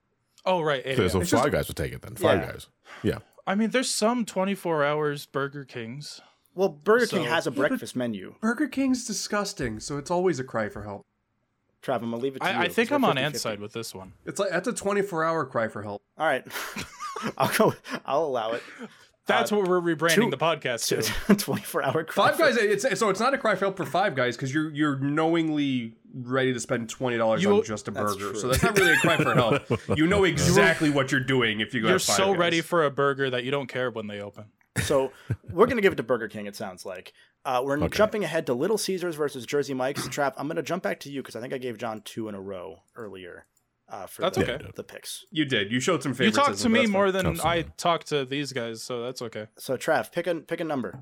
Oh right, 8 So, a.m. so Five It's just- Guys would take it then. Five Yeah. Guys. Yeah. I mean, there's some 24 hours Burger Kings. Well, Burger King So- has a Yeah, but- breakfast menu. Burger King's disgusting, so it's always a cry for help. Trav, I'm gonna leave it to you. I, I 'cause think we're I'm on 50-50. Ant's side with this one. It's like that's a 24-hour cry for help. All right, I'll go. I'll allow it. That's what we're rebranding two- the podcast to. Twenty-four hour cry Five for- Guys, it's so it's not a cry for help for Five Guys because you're you're knowingly ready to spend twenty dollars You- on just a That's burger, true. so that's not really a cry for help. You know exactly what you're doing if you go. You're to Five so Guys. ready for a burger that you don't care when they open. So we're gonna give it to Burger King. It sounds like uh, we're jumping ahead to Little Caesars versus Jersey Mike's. Trap. I'm gonna jump back to you because I think I gave John two in a row earlier uh, for That's the, okay. the picks. You did. You showed some You favoritism. talked to me that's more fine. than I Absolutely. talked to these guys, so that's okay. So Trav, pick a pick a number.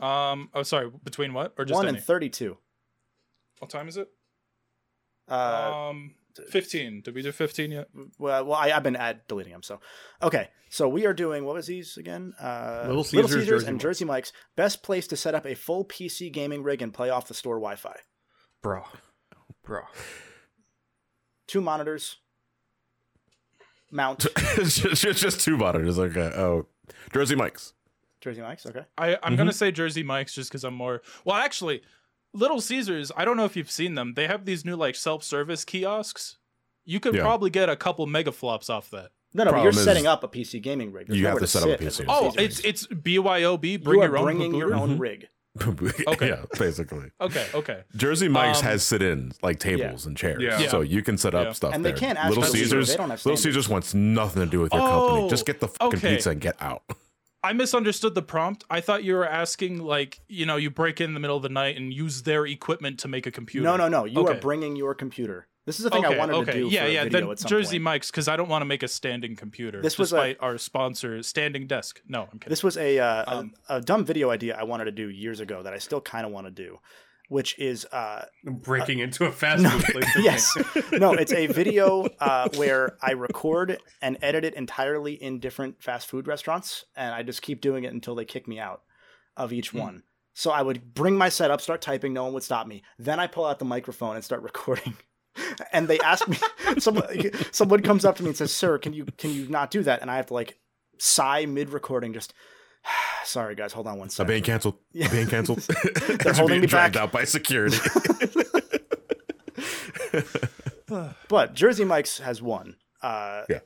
Um, oh sorry, between what or just One any? and thirty-two. what time is it? Uh, um, 15. Did we do 15 yet? well, well, I, I've been ad deleting them. So okay. So we are doing what was these again? Uh, Little Caesars, Jersey and Mike's. Jersey Mike's. Best place to set up a full PC gaming rig and play off the store Wi-Fi. bro, bro. Two monitors. Mount just, just, just two monitors. Okay. Oh, Jersey Mike's. Jersey Mike's. Okay. I, I'm gonna say Jersey Mike's just because I'm more. Well, actually, Little Caesars. I don't know if you've seen them. They have these new like self service kiosks. You could Yeah. probably get a couple mega flops off that. No, no, but you're Problem is- setting up a PC gaming rig. There's You have nowhere to set up a sit at PC. Little Oh, Caesars. it's it's BYOB. you Bring are your own. bringing your computer. Mm-hmm. own rig. Okay. yeah, basically. Okay, okay. Jersey Mike's Um, has sit-ins like tables and chairs, Yeah. so you can set up Yeah. stuff And they there. can't ask Little for Caesar, Caesars, they don't have Little standards. Caesars wants nothing to do with your company. Just Oh, get the fucking okay. pizza and get out. I misunderstood the prompt. I thought you were asking, like, you know, you break in the middle of the night and use their equipment to make a computer. No, no, no. You are Okay. bringing your computer. This is the thing I wanted to do yeah, for yeah. a video then at some Jersey point. Mike's because I don't want to make a standing computer. This This was a- despite our sponsor, Standing Desk. No, I'm kidding. This was a, uh, a- Um, a dumb video idea I wanted to do years ago that I still kind of want to do, which is uh, breaking into a fast food place. yes, no, it's a video uh, where I record and edit it entirely in different fast food restaurants, and I just keep doing it until they kick me out of each one. So I would bring my setup, start typing, no one would stop me. Then I pull out the microphone and start recording. And they ask me, someone, someone comes up to me and says, "Sir, can you can you not do that?" And I have to like sigh mid recording, just sorry guys, hold on one I'm second. being canceled. Yeah. I'm being canceled. They're holding me dragged back. out by security. But Jersey Mike's has won. Uh, Yeah.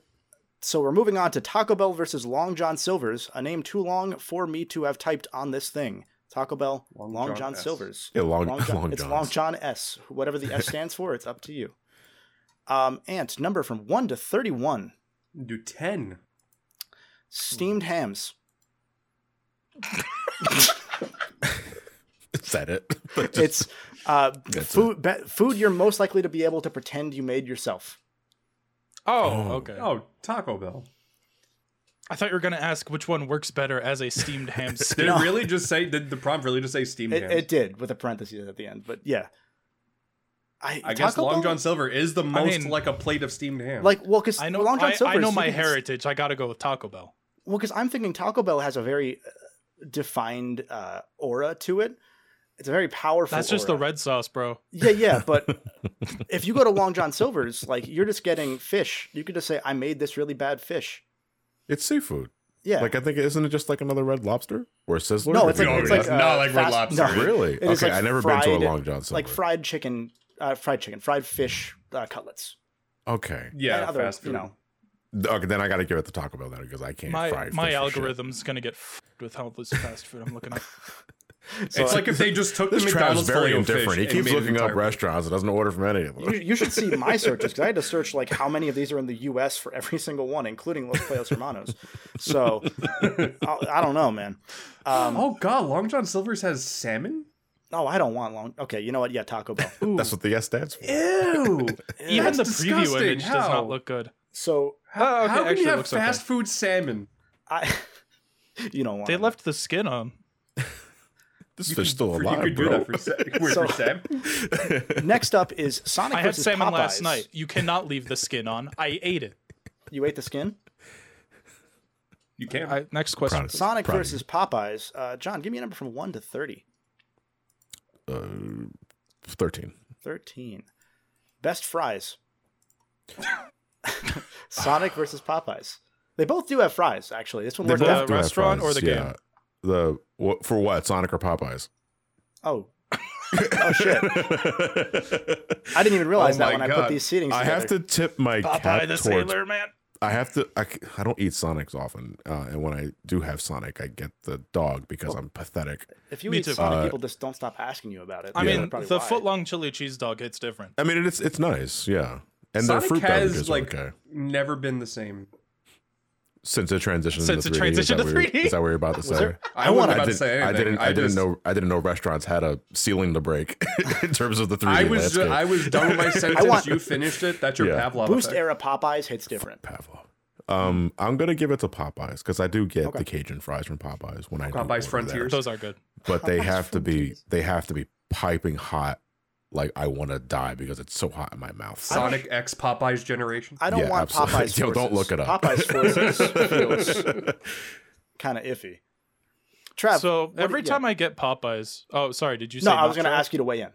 So we're moving on to Taco Bell versus Long John Silver's, a name too long for me to have typed on this thing. Taco Bell, Long, Long John, John S. Silver's. yeah, long, long, it's John's. Long John S. Whatever the S stands for, it's up to you. Um, Ant, number from 1 to 31. Do ten. Steamed hams. Is that it? But just- It's uh, Hmm. That's food, be- food you're most likely to be able to pretend you made yourself. oh, Oh. okay. Oh, Taco Bell. I thought you were gonna ask which one works better as a steamed ham Did steak. it really just say? Did the prompt really just say steamed It, ham? it did, with a parenthesis at the end, but yeah. I guess Taco Long Bell- John Silver is the most mean- like a plate of steamed ham. Like, well, because I know. Long John I, Silver's, I know you my can- heritage. I gotta go with Taco Bell. Well, because I'm thinking Taco Bell has a very uh, defined uh, aura to it. It's a very powerful. That's just the aura. red sauce, bro. Yeah, yeah, but if you go to Long John Silver's, like you're just getting fish. You could just say, "I made this really bad fish." it's seafood. Yeah, Like I think isn't it just like another Red Lobster or a Sizzler? no, it's Or like No, it's it like is not uh, like Red fast- Lobster. No, really it is okay. like I never been fried- to a Long John Silver. like fried chicken, uh, fried chicken, fried fish uh, cutlets. okay, yeah, and other, fast You food. know, okay. Then I got to give it the Taco Bell then because I can't. My fry my fish or shit. algorithm's gonna get f***ed with how this fast food I'm looking at. So it's like if they just took the This McDonald's trap's very filet O fish indifferent. He and keeps made an looking up entire- restaurants and doesn't order from any of them. you, you should see my searches because I had to search like how many of these are in the U.S. for every single one, including Los Playos Hermanos. So I, I don't know, man. Um, Oh God, Long John Silver's has salmon. Oh, I don't want long. Okay, you know what? Yeah, Taco Bell. That's what the S stands for. Ew. Even the That's preview disgusting. image does How? not look good. So How, Oh, okay, how can actually, you it have looks okay. fast food salmon? I, you don't want. They it. left the skin on. This fish still you alive, could do bro. that for, sa- for So- salmon. Next up is Sonic I had versus salmon Popeyes. last night. You cannot leave the skin on. I ate it. You ate the skin. You can't. I, next question. Proud Sonic Proud of versus Popeyes. Uh, John, give me a number from one to thirty. you. Uh, Thirteen. Thirteen. Best fries. Sonic versus Popeyes. They both do have fries, actually. This one They worked both the out. do have restaurant or the yeah. The wha- for what? Sonic or Popeyes? Oh. oh shit! I didn't even realize Oh that my when I put God. these seatings. I Together. have to tip my Popeye cap the towards. Sailor Man. I have to. I, c- I don't eat Sonics often, uh, and when I do have Sonic, I get the dog Oh. because I'm pathetic. If you Me eat too. Sonic, Uh, people just don't stop asking you about it. I That's mean, probably the why. footlong chili cheese dog hits different. I mean, it's it's nice, yeah. And Sonic their fruit has, beverages are like- okay Never been the same. since the transition. Since to the 3D, transition is to that what you're- 3D? Is that what you're about to say? there- I, I wasn't wanna- about I, to say did, anything. I didn't. I, just- didn't know. I didn't know restaurants had a ceiling to break in terms of the 3D I was. ju- landscape. I was done with my sentence. want- you finished it. That's your Yeah. Pavlov Boost effect. era Popeyes hits different. Pavlov. Um, I'm gonna give it to Popeyes because I do get the Cajun fries from Popeyes when I do Popeyes order there. Frontiers. Those are good. but they Popeyes have to be. Frontiers. They have to be piping hot. Like I want to die because it's so hot in my mouth. Sonic X Popeyes generation. I don't Yeah, want absolutely. Popeyes. Yo, don't forces. look it up. Popeyes forces feels kind of iffy. Trav, So what- every yeah. time I get Popeyes, oh sorry, did you say? no, I was not going to Charles? ask you to weigh in.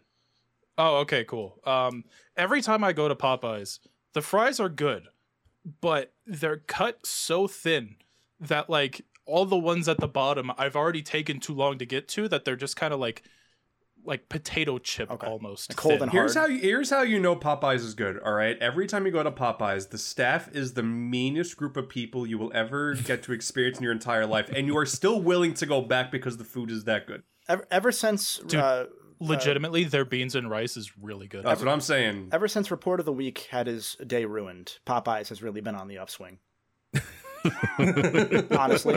Oh, okay, cool. Um, every time I go to Popeyes, the fries are good, but they're cut so thin that like all the ones at the bottom I've already taken too long to get to that they're just kind of like like potato chip Okay. almost. Cold thin. and Here's hard. how you, here's how you know Popeyes is good. All right, every time you go to Popeyes, the staff is the meanest group of people you will ever get to experience in your entire life, and you are still willing to go back because the food is that good. Ever, ever since Dude. uh, Legitimately, their beans and rice is really good. That's what I'm saying. ever since report of the week had his day ruined, Popeyes has really been on the upswing. Honestly,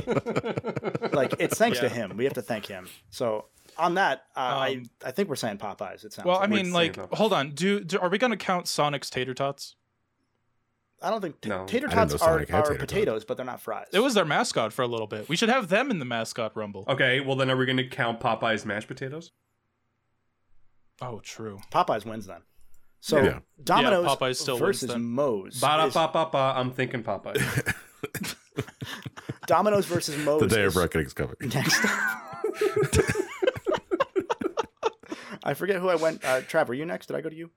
like it's thanks to Yeah. him. We have to thank him. So on that, uh, I Um, I think we're saying Popeyes. It sounds. well, I like. mean, like, Santa. hold on. Do, do are we gonna count Sonic's tater tots? I don't think t- No. tater I didn't tots know are, Sonic had are tater tot. potatoes, but they're not fries. It was their mascot for a little bit. We should have them in the mascot rumble. Oh. Okay, well then, are we going to count Popeye's mashed potatoes? Oh, true. Popeyes wins then. So Yeah. Domino's Yeah, Popeyes still wins versus then. Moe's. Ba is- ba ba ba. I'm thinking Popeye. Domino's versus Moe's. The day of is- reckoning is coming. next. I forget who I went. Uh, Trevor, you next? Did I go to you?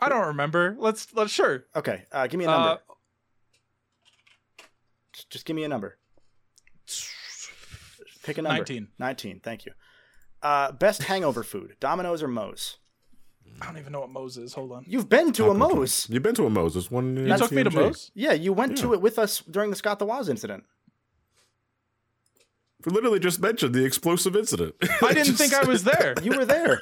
I don't remember. Let's let's sure. Okay, uh, give me a number. Uh, Just- Just give me a number. Pick a number. 19. 19, Thank you. Uh, best hangover food: Domino's or Moe's? I don't even know what Moe's is. Hold on. You You've been to a Taco Moe's. Joint. You've been to a Moe's. There's one. You took me to Moe's. Yeah, you went to Yeah. it with us during the Scott the Waz incident. We literally just mentioned the explosive incident. I didn't think I was there. You were there.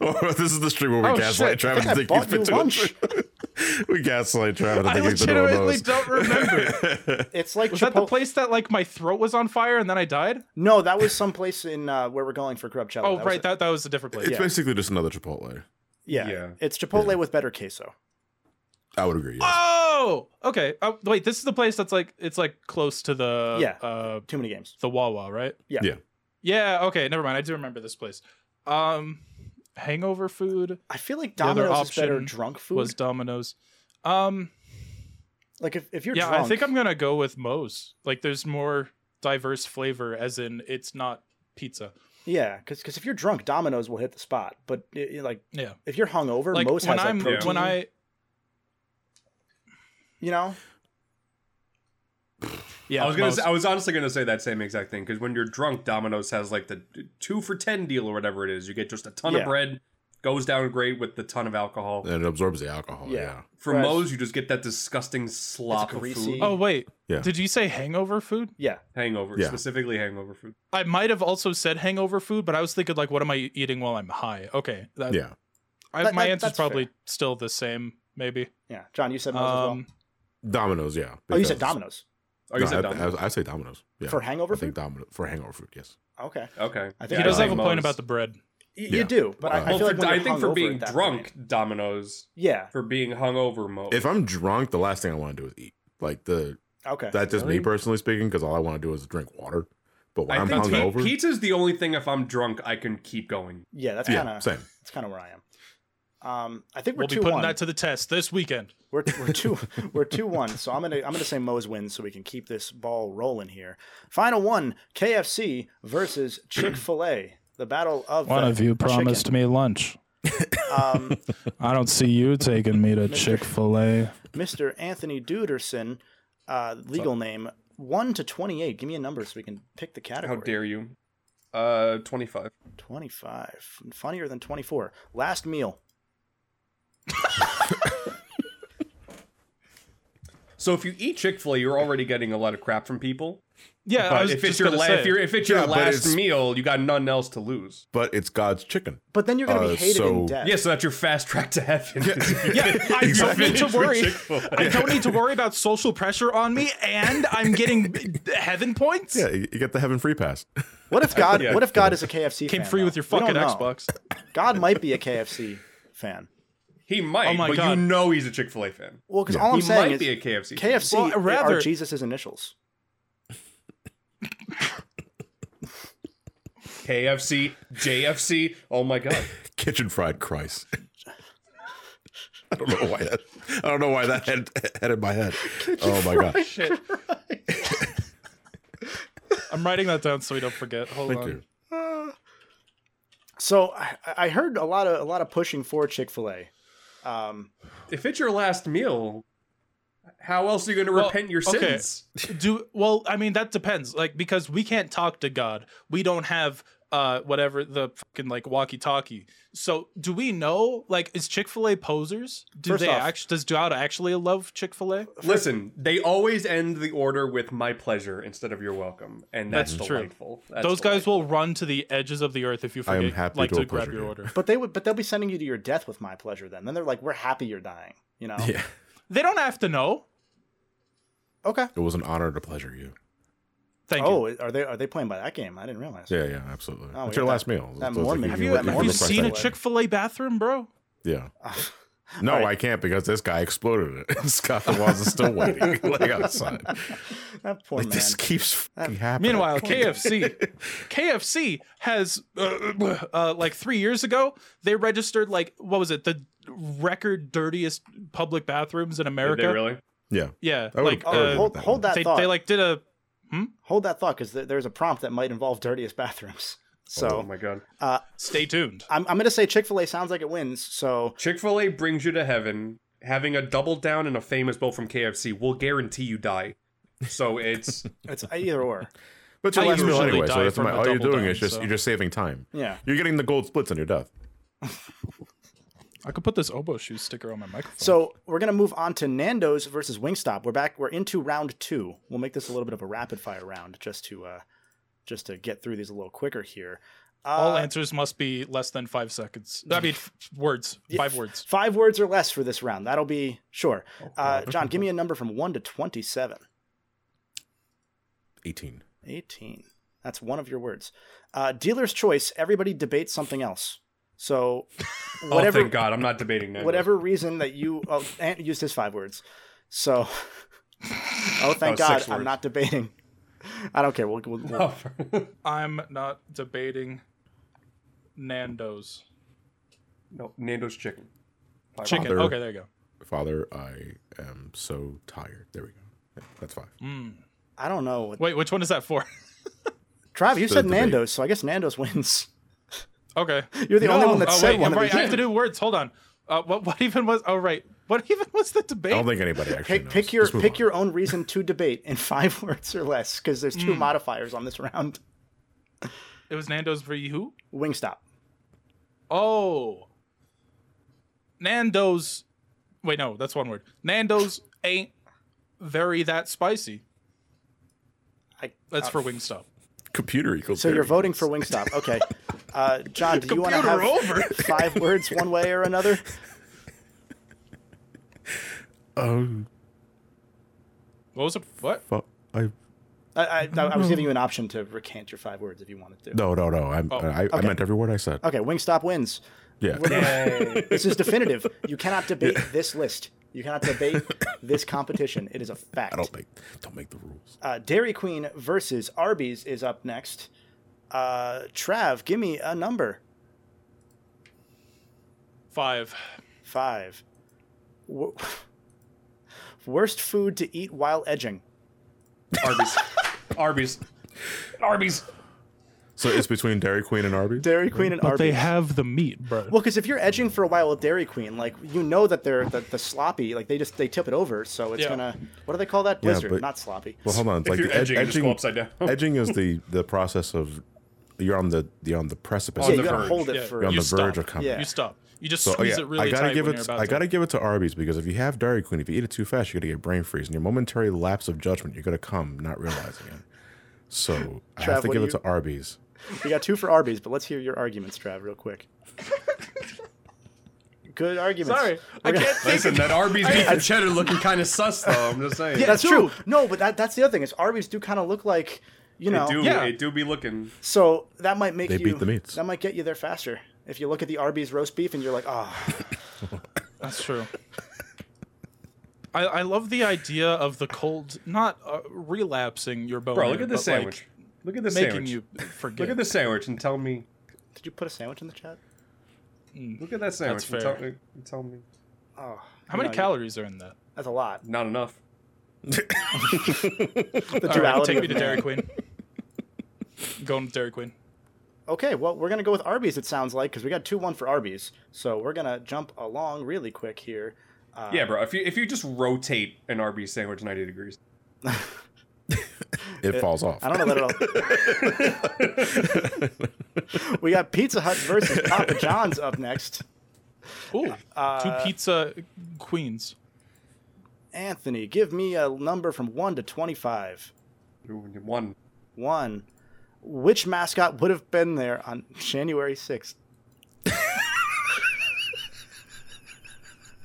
Oh, this is the stream where we Oh, shit. gaslight Travis I to think bought he's been you to a- lunch. we gaslight Travis to I think he's been to a legitimately Moe's. don't remember. It's like Was that the Chipotle- place that like my throat was on fire and then I died? No, that was someplace in uh, where we're going for Grubchella. Oh, That was right. it. That that was a different place. It's basically just another Chipotle. yeah. Yeah. It's Chipotle with better queso. I would agree. Yes. Oh, okay. Oh, wait, this is the place that's like it's like close to the Yeah. uh, Too many games. the Wawa, right? Yeah. Yeah. Yeah. Okay. Never mind. I do remember this place. Um, hangover food I feel like The other Domino's is better option drunk food. was Domino's. Um, like if, if you're yeah, drunk, I think I'm gonna go with Moe's. Like, there's more diverse flavor, as in it's not pizza. yeah, because if you're drunk, Domino's will hit the spot. But i- i- like Yeah. if you're hungover, Like Moe's when has I'm that protein. when I you know, yeah, I was gonna. Moe's. Say, I was honestly gonna say that same exact thing because when you're drunk, Domino's has like the two for ten deal or whatever it is. You get just a ton Yeah. of bread, goes down great with the ton of alcohol. And it absorbs the alcohol. Yeah. Yeah. For Right. Moe's, you just get that disgusting slop of greasy. food. oh wait, Yeah. did you say hangover food? yeah, Hangover, Yeah. specifically hangover food. I might have also said hangover food, but I was thinking like, what am I eating while I'm high? Okay, that, Yeah. I, That- my that- answer's that's probably still the same, maybe. yeah. John, you said Moe's as well. Um, Domino's. Yeah. Oh, you said Because- Domino's Oh, you No, said I, Domino's. I, I say Domino's. Yeah. for hangover I think food. Domino for hangover food. Yes. Okay, okay. I think Yeah, he does I have a like point Moe's. about the bread. Y- Yeah. you do, but I, I Well, feel for, like when I you're think for hungover being at that drunk, point- Domino's. yeah, For being hungover, Oh. Moe's. If I'm drunk, the last thing I want to do is eat. Like the okay, that's just Really? me personally speaking, because all I want to do is drink water. But when I am think pe- hungover, pizza's the only thing. If I'm drunk, I can keep going. yeah, that's yeah, kind of same. that's kind of where I am. Um, I think we're We'll be two putting one. that to the test this weekend. We're, we're two we're two one. So I'm gonna I'm gonna say Moe's wins so we can keep this ball rolling here. Final one: KFC versus Chick Fil A. The battle of the chicken. me lunch. Um, I don't see you taking me to Mister- Fil A. Mr. Anthony Duderson, uh, legal name one to twenty eight. Give me a number so we can pick the How category. dare you? Uh, twenty-five. Twenty five. Funnier than twenty four. Last meal. So if you eat Chick Fil A, you're already getting a lot of crap from people. Yeah, I But was if just it's your gonna la- say. if you're, if it's your Yeah, but last it's- meal, you got none else to lose. But it's God's chicken. But then you're gonna be Uh, hated in so- death. Yeah, so that's your fast track to heaven. yeah, I don't need to Exactly. worry. I don't need to worry about social pressure on me, and I'm getting heaven points. Yeah, you you get the heaven free pass. What if God? yeah. What if God is a KFC? Came fan, free though? with your We don't fucking know. Xbox. God might be a KFC fan. He might, Oh my but God. you know he's a Chick Fil A fan. Well, because all I'm He saying might is be a KFC. fan. KFC Well, rather- are Jesus' initials. KFC, JFC. Oh my god. Kitchen fried Christ. I don't know why that. I don't know why that had, had in my head. oh my god. Shit. I'm writing that down so we don't forget. Hold Thank on. you. So I, I heard a lot of a lot of pushing for Chick Fil A. Um, If it's your last meal, how else are you going to Well, repent your okay. sins? Do well, I mean that depends. Like because we can't talk to God. We don't have uh whatever the fucking like walkie talkie. So do we know like is Chick Fil A posers? Do First they off- actually does Dowd actually love Chick Fil A? Listen, they always end the order with my pleasure instead of you're welcome. And that's, That's true. delightful. That's Those guys delightful. will run to the edges of the earth if you I am forget happy like to to, a grab pleasure your here. order. But they would, but they'll be sending you to your death with my pleasure. Then, then they're like, we're happy you're dying. You know? Yeah. They don't have to know. Okay. It was an honor to pleasure you. Thank you. Oh, are they are they playing by that game? I didn't realize. Yeah, yeah, absolutely. Oh, it's yeah, your that- last meal. that Those are Mormon- Have things Have you you, let can me have you request seen a that way. Chick Fil A bathroom, bro? Yeah. No, All right. I can't because this guy exploded it. Scott the walls is still waiting like outside. That poor Like man. this keeps fucking happening. Meanwhile, KFC, KFC has uh, uh, like three years ago they registered like what was it the record dirtiest public bathrooms in Did America? they really? yeah, Yeah, I like would've- Oh, uh, I would've- hold, hold that they, thought. they like did a hold that thought because th- there's a prompt that might involve dirtiest bathrooms. Oh So my god. stay tuned. I'm, I'm going to say Chick Fil A sounds like it wins. So Chick fil A brings you to heaven. Having a double down and a famous bowl from KFC will guarantee you die. So it's oh, it's uh, either or. but your I last meal usually anyway. die So that's from my, a all you're double doing down, is just so- you're just saving time. Yeah. You're getting the gold splits on your death. I could put this oboe shoe sticker on my microphone. So we're going to move on to Nando's versus Wingstop. We're back. We're into round two. We'll make this a little bit of a rapid fire round just to uh, just to get through these a little quicker here. Uh, all answers must be less than five seconds. I mean, f- words. Five words. Five words or less for this round. That'll be sure. Oh, Uh, John, give me a number from one to twenty-seven. 18. 18. That's one of your words. Uh, dealer's choice, everybody debates something else. So Oh whatever thank God, I'm not debating that. whatever reason that you oh, Ant used his five words. So Oh thank No, God six I'm words. not debating. I don't care. We'll, we'll, we'll- I'm not debating Nando's no, Nando's chicken. Five chicken. Father. Okay, there you go. Father, I am so tired. There we go. Yeah, that's five. Mm. I don't know. What, Wait, which one is that for? Trav, you said debate. Nando's, so I guess Nando's wins. okay. You're the only one that oh said wait, one. I'm at the right. I have to beginning. do words. Hold on. Uh, what what even was? Oh right. What even was the I don't debate? think anybody actually Pick, knows. pick your Just move pick on. your own reason to debate in five words or less, because there's two modifiers on this round. It was Nando's for who? Wingstop. Oh. Nando's. Wait, no, that's one word. Nando's ain't very that spicy. I, That's uh, for Wingstop. computer equals. So you're thirty. voting for Wingstop. Okay. Uh, John, do you want to Computer have over. five words one way or another? What was it? What? Fu- I I, I, I was giving you an option to recant your five words if you wanted to. no no no. I'm, Oh. I, I meant every word I said. Okay, Uh, Wingstop wins. Yeah. Yay. This is definitive. You cannot debate this list. You cannot debate this competition. It is a fact. I don't make don't make the rules. Uh, Dairy Queen versus Arby's is up next. Uh, Trav, give me a number. Five. Five. W- worst food to eat while edging. Arby's. Arby's. Arby's. So it's between Dairy Queen and Arby's. Dairy Queen and Arby's. have the meat, bro. Well, because if you're edging for a while with Dairy Queen, like you know that they're the, the sloppy, like they just they tip it over, so it's Yeah. gonna what do they call that? Blizzard, but- not sloppy. Well, hold on. It's like you're the ed- edging, you just go upside down. edging is the the process of you're on the you're on the precipice. yeah, of you the gotta verge. hold it Yeah, for. You're on you the stop. verge of comedy. Yeah. You stop. You just So, oh, squeeze yeah, it really I gotta tight give when it. you're To, about I gotta to. give it to Arby's because if you have Dairy Queen, if you eat it too fast, you're gonna get brain freeze, and your momentary lapse of judgment, you're gonna come not realizing it. So I Trav, have to what give do it to Arby's. We got two for Arby's, but let's hear your arguments, Trav, real quick. Good arguments. Sorry, I We're gonna- can't think. Listen, that Arby's beef and cheddar looking kind of sus though. I'm just saying. That's Two. true. No, but that, that's the other thing is Arby's do kind of look like you know, It do, Yeah. it do be looking. so that might make They you beat the meats. that might get you there faster. If you look at the Arby's roast beef and you're like, oh, That's true. I, I love the idea of the cold not uh, relapsing your bone. Bro, look at this sandwich. look at this making sandwich. you forget. Look at this sandwich and tell me. did you put a sandwich in the chat? Look at that sandwich and fair. tell, me, and tell me. Oh, How many No, you- calories are in that? that's a lot. Not enough. The All right, duality take of me to man. Dairy Queen. Going to Dairy Queen. Okay, well, we're going to go with Arby's, it sounds like, because we got 2 1 for Arby's. So we're going to jump along really quick here. Uh. yeah, bro. If you if you just rotate an Arby's sandwich 90 degrees, it falls off. I don't know that at all. we got Pizza Hut versus Papa John's up next. Ooh, uh, two pizza queens. Anthony, give me a number from 1 to 25. One. 1. Which mascot would have been there on January 6th?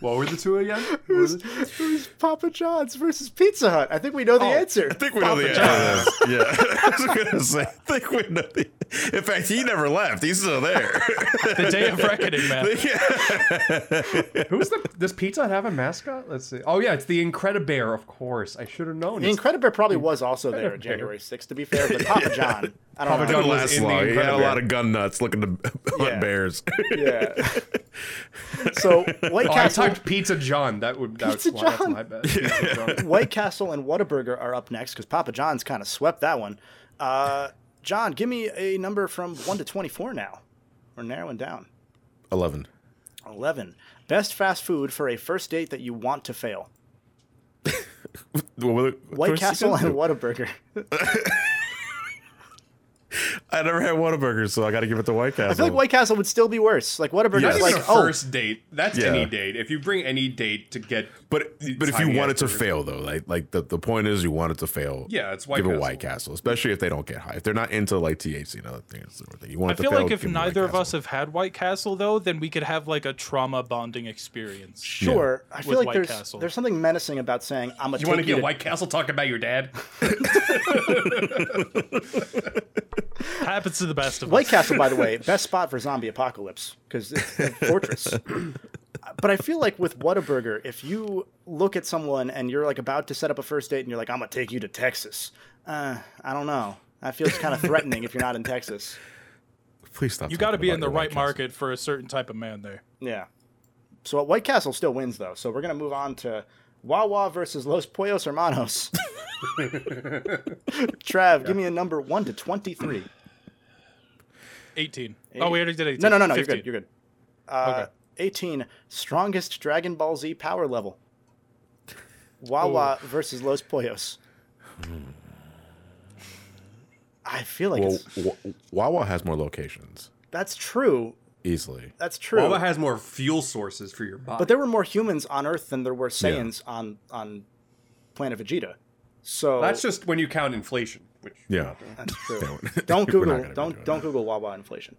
What were the two again? What were the- Who's Papa John's versus Pizza Hut? I think we know the answer. I think we know the answer. to this. Yeah, I was gonna say. I think we know the. In fact, he never left. He's still there. The day of reckoning, man. Who's the? Does Pizza Hut have a mascot? Let's see. Oh yeah, it's the Incredibear, of course. I should have known. The It's- Incredibear probably was also there on January 6th, to be fair, but Papa John. I don't know. Papa Didn't John was last in the long. He had a Incredible lot of gun nuts looking to Yeah. hunt bears. Yeah. so White oh, I Castle, typed Pizza John. That would that Pizza would fly. That's John. my bad. Pizza John. White Castle and Whataburger are up next because Papa John's kind of swept that one. Uh, John, give me a number from one to twenty-four now. We're narrowing down. Eleven. Eleven. Best fast food for a first date that you want to fail. What were the- what White was he Castle gonna and do? Whataburger. I never had Whataburger, so I got to give it to White Castle. I feel like White Castle would still be worse. Like Whataburger's That's Yes. like, even a oh, first date. That's Yeah. any date. If you bring any date to get, but but if you Tiny want it to hamburger. fail though, like like the, the point is you want it to fail. Yeah, it's White give it Castle. White Castle, especially if they don't get high. If they're not into like THC and other things, sort of thing. you want. I It to feel fail, like if give 'em White neither of Castle. us have had White Castle, though, then we could have like a trauma bonding experience. sure. I feel With like White there's Castle. there's something menacing about saying I'm a. you want to take you get to White Castle, talk about your dad. Happens to the best of White us. Castle, by the way, best spot for zombie apocalypse because it's a fortress. but I feel like with Whataburger, if you look at someone and you're like about to set up a first date and you're like, "I'm gonna take you to Texas," uh, I don't know. That feels kind of threatening if you're not in Texas. please stop. You got to talking be about in the your right White Castle. market for a certain type of man there. Yeah. So uh, White Castle still wins though. So we're gonna move on to Wawa versus Los Pollos Hermanos. Trav, give me a number one to twenty-three. 18. Oh, we already did 18. No, no, no, no. 15. You're good. You're good. Uh, 18. Strongest Dragon Ball Z power level. Wawa versus Los Pollos. I feel like Well, it's, w- Wawa has more locations that's true. easily. That's true. Wawa has more fuel sources for your body. but there were more humans on Earth than there were Saiyans on on planet Vegeta. So that's just when you count inflation. Which Yeah. that's true. Don't- Don't we're not Google gonna be don't doing don't that. Google Wawa inflation.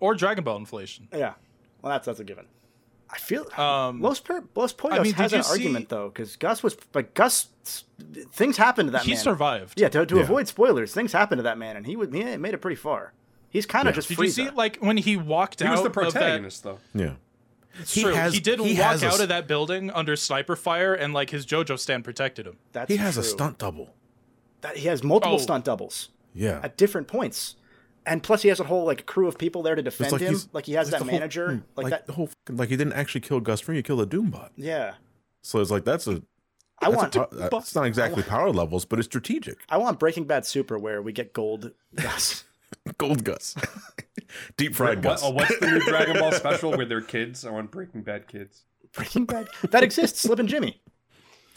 Or Dragon Ball inflation. Yeah. Well, that's that's a given. I feel Um, Los per- Los Pollos mean, has did an you see- argument though, because Gus was but Gus, things happened to that He man. survived. Yeah, to, to avoid spoilers, things happened to that man, and he was he made it pretty far. He's kind of just Did Frieza. you see like when he walked he out was the of that protagonist, though. Yeah. It's He true. has- he did he walk has a out s- of that building under sniper fire, and like his JoJo stand protected him. That's He has a true. stunt double. That, he has multiple Oh. stunt doubles Yeah. at different points, and plus he has a whole like crew of people there to defend him. he's- Like he has it's that the whole- manager, mm, like, that. the whole fucking- like he didn't actually kill Gus Fring, he killed a Doombot. Yeah, So it's like that's a I that's a want po- uh, it's not exactly power levels, but it's strategic. I want Breaking Bad Super where we get gold. Gus. Gold Gus. Deep fried What, Gus. oh, what's the new Dragon Ball special where they're kids? I want Breaking Bad kids. Breaking Bad that exists. Slim and Jimmy.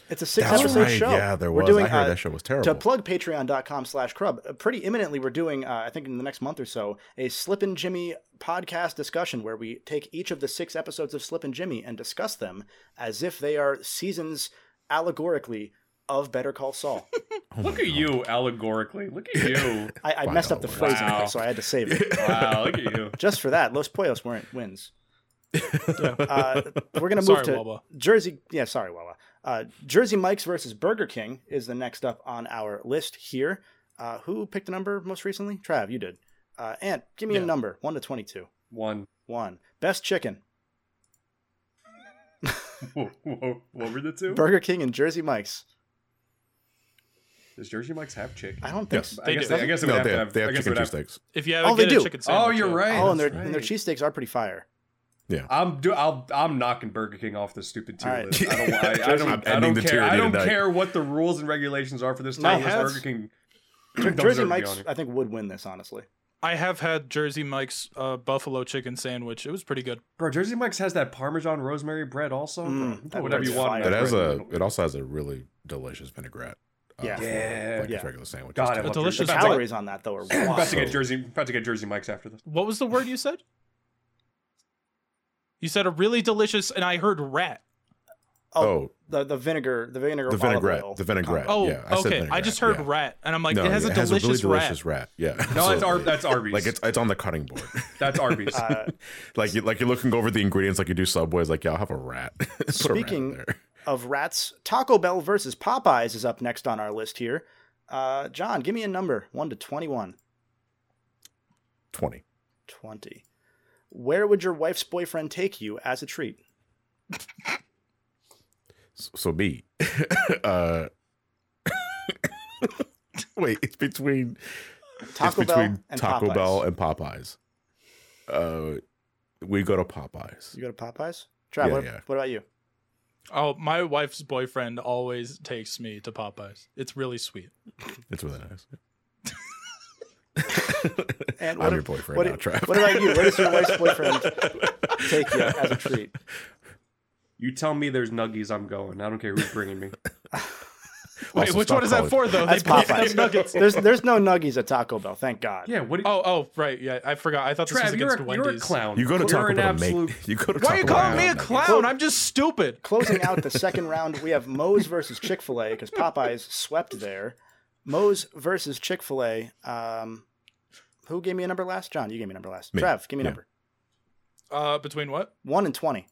It's a six That's episode right, show. yeah, there We're was. doing, I heard uh, that show was To terrible. plug patreon.com slash crub, uh, pretty imminently we're doing, uh, I think in the next month or so, a Slip and Jimmy podcast discussion where we take each of the six episodes of Slip and Jimmy and discuss them as if they are seasons allegorically of Better Call Saul. Oh Look at you allegorically. Look at you. I, I messed up the Wow. phrasing Wow. there, so I had to save it. wow, look at you. Just for that, Los Pollos weren't wins. Uh, we're gonna move Sorry, to Wawa. Jersey. Yeah, sorry, Wawa. Uh, Jersey Mike's versus Burger King is the next up on our list here. Uh, who picked a number most recently? Trav, you did. Uh, Ant, give me a Yeah. number one to twenty-two. One. One best chicken, Whoa, whoa, what were the two? Burger King and Jersey Mike's. Does Jersey Mike's have chicken? I don't think. Yes. so. I They guess do. they, I guess it would no, have they to have, they I have guess it chicken would have- cheesesteaks. If you Oh, ever they get a do. chicken sandwich, Oh, you're yeah. right. Oh, and their that's and their right. cheesesteaks are pretty fire. I'm do I'll I'm knocking Burger King off the stupid tier All right. list. I don't I, I I'm don't, I don't ending the care. tyranny I don't tonight. care what the rules and regulations are for this No, tier list. that's- Burger King don't deserve to Jersey be Mike's, uh, on it. I think, would win this honestly. I have had Jersey Mike's uh, buffalo chicken sandwich. It was pretty good. Bro, Jersey Mike's has that Parmesan rosemary bread also. Mm, Bro, you can that put whatever bread's you want. in fire. It that has bread. a it also has a really delicious vinaigrette. uh, Yeah. for, Yeah. like Yeah. just regular sandwiches. God, I too. love A delicious Jersey- The Sounds like- calories on that though are I'm about wild. to get Jersey, about to get Jersey Mike's after this. What was the word you said? You said a really delicious, and I heard rat. Oh, the the vinegar the vinegar the olive vinaigrette, oil. the vinaigrette. Oh, yeah, I said okay. I vinaigrette, just heard yeah. rat, and I'm like, No, it has yeah, a delicious, really rat. delicious rat. Yeah, No, that's Ar- absolutely. that's Arby's. like it's it's on the cutting board. that's Arby's. Uh, like you, like you're looking over the ingredients like you do Subways. Like yeah, I'll have a rat. Put a rat Speaking- in there. of rats, Taco Bell versus Popeyes is up next on our list here. Uh, John, give me a number one to 21. twenty. 20. Where would your wife's boyfriend take you as a treat? S- So B. uh, wait, it's between Taco it's Bell between and Taco Popeyes. Bell and Popeyes. Uh, we go to Popeyes. You go to Popeyes? Traveler, yeah. what about you? Oh, my wife's boyfriend always takes me to Popeyes. It's really sweet. It's really nice. And I'm what, your ab- boyfriend what, now, Trav. what about you? Where does your wife's boyfriend take you as a treat? you tell me there's nuggies, I'm going. I don't care who's bringing me. Wait, Also, which stop one is that calling- for though? That's both have Popeyes. nuggets. There's there's no nuggies at Taco Bell, thank God. Yeah, what? Do you, Oh, oh, right. Yeah, I forgot. I thought this was Trav, you're against a, Wendy's. you're a clown. You go to you're Taco an Bell to absolute. make. You go Why to are Taco you Bell calling to me a make- clown? I'm just stupid. Closing out the second round, we have Moe's versus Chick fil A because Popeyes swept there. Moe's versus Chick fil A. Um, who gave me a number last? John, you gave me a number last. Me. Trav, give me a Yeah. number. Uh, between what? 1 and 20.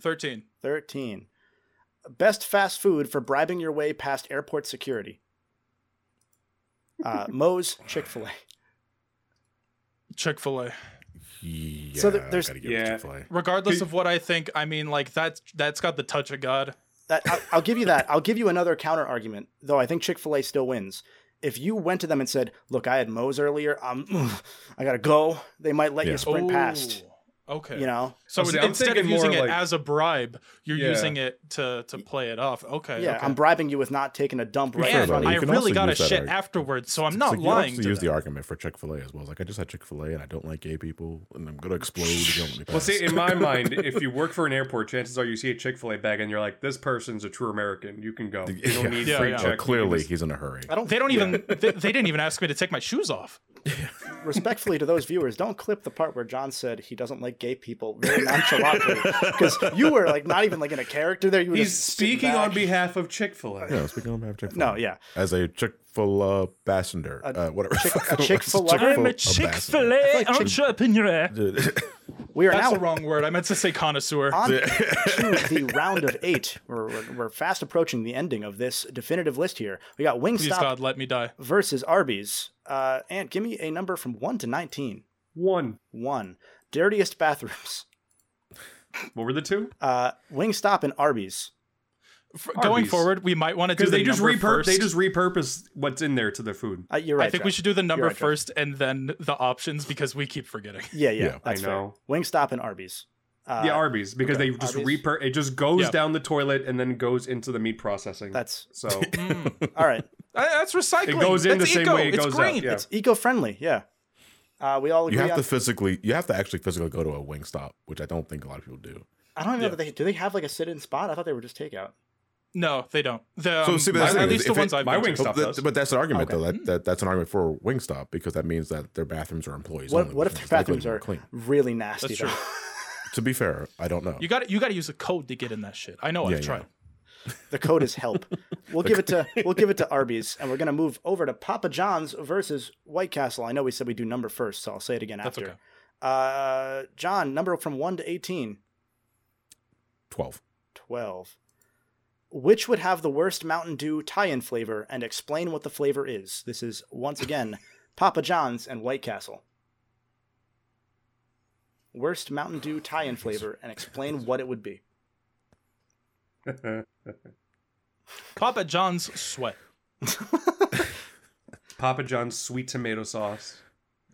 Thirteen. 13. Best fast food for bribing your way past airport security. Uh, Moe's, Chick fil A. Chick Fil A. Yeah, So there- there's- gotta give it Yeah. to Chick-fil-A. Regardless of what I think, I mean, like that's that's got the touch of God. That I'll, I'll give you that. I'll give you another counter argument, though. I think Chick Fil A still wins. If you went to them and said, "Look, I had Moe's earlier. Um, I gotta go," they might let Yeah. you sprint past. Ooh, Okay. You know, So See, I'm instead of thinking more using it like- as a bribe, you're Yeah. using it to to play it off. Okay. yeah, okay. I'm bribing you with not taking a dump right in And though, front of I you. can really also got a use that shit arg- afterwards, so I'm It's not like, lying. You To also use them. the argument for Chick Fil A as well. It's Like I just had Chick Fil A and I don't like gay people, and I'm gonna explode. if you don't let me pass. Well, see, in my mind, if you work for an airport, chances are you see a Chick Fil A bag and you're like, "This person's a true American. You can go. You don't Yeah. need Yeah, free yeah. check." oh, You clearly can just- he's in a hurry. I don't They don't even. They, they didn't even ask me to take my shoes off. respectfully to those viewers. Don't clip the part where John said he doesn't like gay people very nonchalantly because you were like not even like in a character there. You were He's just sitting speaking back. on behalf of Chick Fil A. No, speaking of Chick Fil A, No, yeah, as a Chick Fil A passenger, uh, whatever. a Chick-fil-A- I'm A like Chick- in your ass. ambassador. we are That's now the wrong word. I meant to say connoisseur. on to the round of eight. We're, we're, we're fast approaching the ending of this definitive list here. We got Please Wingstop God, let me die. versus Arby's. Uh, and give me a number from 1 to 19. One. 1. Dirtiest bathrooms. What were the two? Uh, Wingstop and Arby's. F- going Arby's. forward, we might want to do Because the they just number repurpose. first. They just repurpose what's in there to the food. Uh, you're right. I think Jeff. we should do the number right, Jeff. first and then the options because we keep forgetting. Yeah, yeah. Yeah, I that's know. Fair. Wingstop and Arby's. Uh, yeah, Arby's because they just Arby's. repur. It just goes Yeah. down the toilet and then goes into the meat processing. That's so all right. Uh, That's recycling. it goes in the That's same eco. way it it's goes green. out. Yeah. It's eco friendly. Yeah. Uh, we all agree you have on. to physically, you have to actually physically go to a Wingstop, which I don't think a lot of people do. I don't even know yeah. that they do. They have like a sit in spot. I thought they were just takeout. No, they don't. The, So, um, see, but my- that's the at thing, least the if it- ones I've my been to. Wingstop But, does. that, but that's an argument though. That, that that's an argument for Wingstop because that means that their bathrooms are employees. What, only, what which if their means they're bathrooms clean, are clean? really nasty? That's though? true. To be fair, I don't know. You got to you got to use a code to get in that shit. I know Yeah, I've yeah. tried. The code is help. We'll give it to we'll give it to Arby's, and we're gonna move over to Papa John's versus White Castle. I know we said we do number first, so I'll say it again That's after. okay. Uh, John, number from one to 18. Twelve. 12. Which would have the worst Mountain Dew tie-in flavor, and explain what the flavor is? This is once again Papa John's and White Castle. Worst Mountain Dew tie-in flavor, and explain what it would be. Papa John's sweat. Papa John's sweet tomato sauce,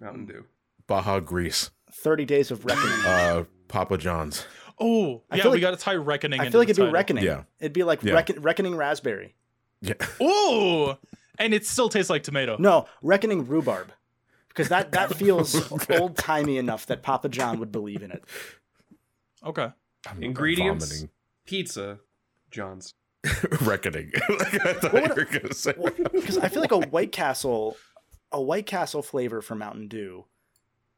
Mountain Dew. Baja Grease. Thirty Days of Reckoning. Uh, Papa John's. Oh, I yeah, feel we like- got to tie reckoning. I into feel like the it'd be title. reckoning. Yeah. It'd be like Yeah. Reckon- reckoning raspberry. Yeah. Ooh, and it still tastes like tomato. No, reckoning rhubarb, because that that feels old timey enough that Papa John would believe in it. Okay. I'm- I'm Ingredients: vomiting. pizza, John's. reckoning. like, I thought would you were gonna say. because I feel like a White Castle, a White Castle flavor for Mountain Dew,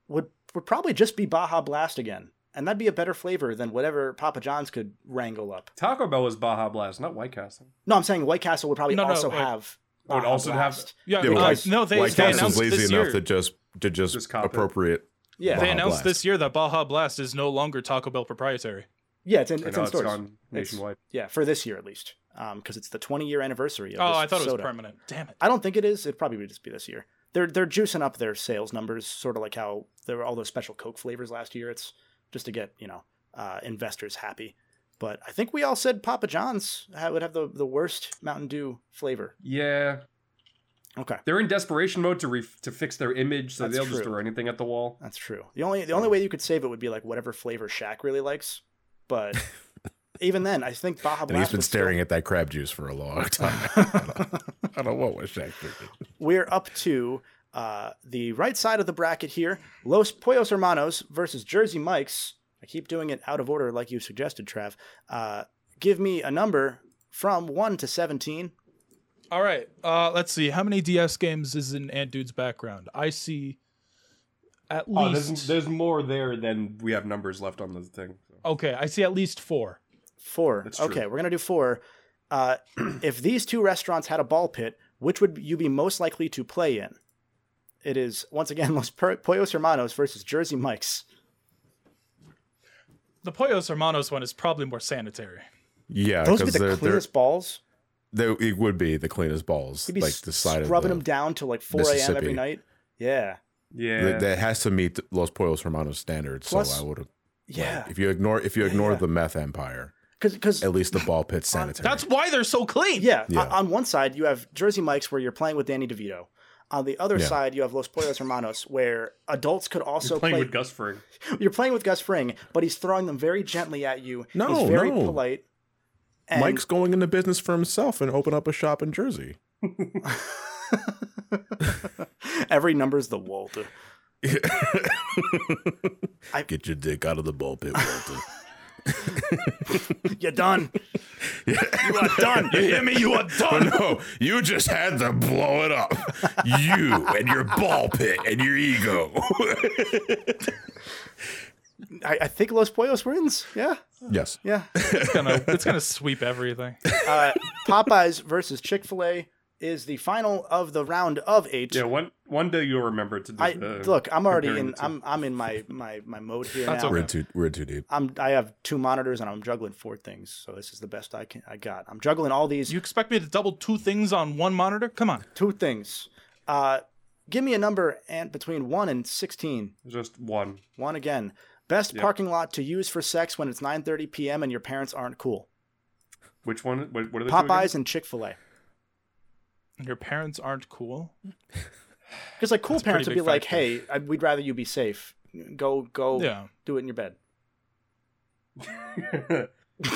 would would probably just be Baja Blast again, and that'd be a better flavor than whatever Papa John's could wrangle up. Taco Bell was Baja Blast, not White Castle. No, I'm saying White Castle would probably No, no, also wait. have. It would Baja also have- Blast. Yeah, Yeah, but uh, White- no, they, White they Castle's announced lazy this enough year. to just to just, Just cop it. appropriate. yeah, they Baja announced Blast. this year that Baja Blast is no longer Taco Bell proprietary. yeah. It's in I it's know in stores. gone It's- nationwide. Yeah, for this year at least, because it's the 20 year anniversary. Of Oh, this I thought it was soda. permanent. Damn it. I don't think it is. It probably would just be this year. They're they're juicing up their sales numbers, sort of like how there were all those special Coke flavors last year. It's just to get you know uh, investors happy. But I think we all said Papa John's ha- would have the, the worst Mountain Dew flavor. Yeah, Okay, they're in desperation mode to re- to fix their image, so That's they'll just true. throw anything at the wall. that's true. The only the only way you could save it would be like whatever flavor Shaq really likes. But even then, I think Baja And he's Blast. been was still- staring at that crab juice for a long time. I don't want what Shaq did. We're up to uh, the right side of the bracket here. Los Pollos Hermanos versus Jersey Mike's. I keep doing it out of order like you suggested, Trav. Uh, give me a number from 1 to 17. All right. Uh, let's see. How many DS games is in Ant Dude's background? I see at Oh, least. there's, there's more there than we have numbers left on the thing. okay, I see at least four. 4. That's true. okay, we're going to do 4. Uh, if these two restaurants had a ball pit, which would you be most likely to play in? It is, once again, Los Per- Pollos Hermanos versus Jersey Mike's. The Pollos Hermanos one is probably more sanitary. Yeah, Those would be because the they're, they're, cleanest balls. they it would be the cleanest balls, You'd be like the side of scrubbing the, them down till like 4 a.m. every Mississippi. night. Yeah. Yeah, that, that has to meet Los Pollos Hermanos standards. Plus- so I would have. Yeah. If you ignore if you ignore yeah. the meth empire, Because because at least the ball pit's sanitary. That's why they're so clean. Yeah. Yeah. On on one side, you have Jersey Mike's where you're playing with Danny DeVito. On the other Yeah. side, you have Los Pollos Hermanos where adults could also playing play. with Gus Fring. You're playing with Gus Fring, but he's throwing them very gently at you. No, he's very no. polite. And Mike's going into business for himself and open up a shop in Jersey. every number's the Walter. Get your dick out of the ball pit, Walter. You're done. Yeah. You are done. You hear me? You are done. Oh, no, you just had to blow it up. You and your ball pit and your ego. I, I think Los Pollos wins. Yeah. yes. Yeah. It's gonna, it's gonna sweep everything. Uh, Popeyes versus Chick fil A is the final of the round of eight. Yeah, one one day you'll remember to do I the look, I'm already comparing in the two. I'm I'm in my my my mode here That's now. okay. We're in too we're in too deep. I'm I have two monitors and I'm juggling four things, so this is the best I can I got. I'm juggling all these You expect me to double two things on one monitor? Come on. two things. Uh, give me a number and between one and sixteen. just one. One again. Best Yep. parking lot to use for sex when it's 9:30 p.m. and your parents aren't cool. Which one? What, what are the two again? Popeyes and Chick Fil A. Your parents aren't cool. Because like cool That's a parents would pretty be big like, factor. "Hey, I, we'd rather you be safe. Go Oh. go Yeah. do it in your bed."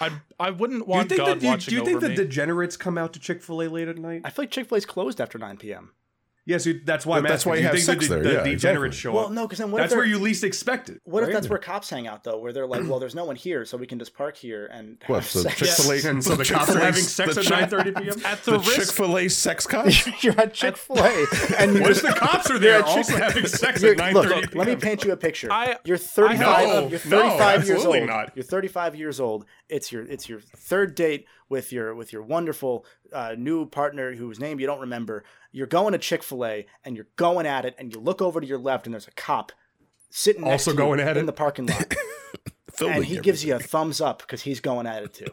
I I wouldn't Do you want think God that do you, watching do you think over the me. degenerates come out to Chick Fil A late at night? I feel like Chick Fil A's closed after 9 p.m. Yes, you that's why. But I'm that's asking. why Do you have think sex the, there. The Yeah, degenerates exactly. show Well, up. no, because then what that's if where they're- you least expect it. What if right? that's where cops hang out though, where they're like, "Well, there's no one here, so we can just park here and have What, so sex." Chick-fil-A- And so the Chick-fil-A's- cops are having sex the at Chick- 9:30 p.m. at the, The risk, Chick Fil A sex cops. you're at Chick Fil A, and you What if just the cops are there at also Chick- having sex you're, at look. 9:30 Let me p.m.? paint you a picture. I- you're 35. No, you're 35 no, years absolutely old. not. You're 35 years old. It's your it's your third date with your with your wonderful uh, new partner whose name you don't remember. You're going to Chick Fil A, and you're going at it, and you look over to your left, and there's a cop sitting next Also to going you at in it? the parking lot, Filming and he gives you a thumbs up because he's going at it too.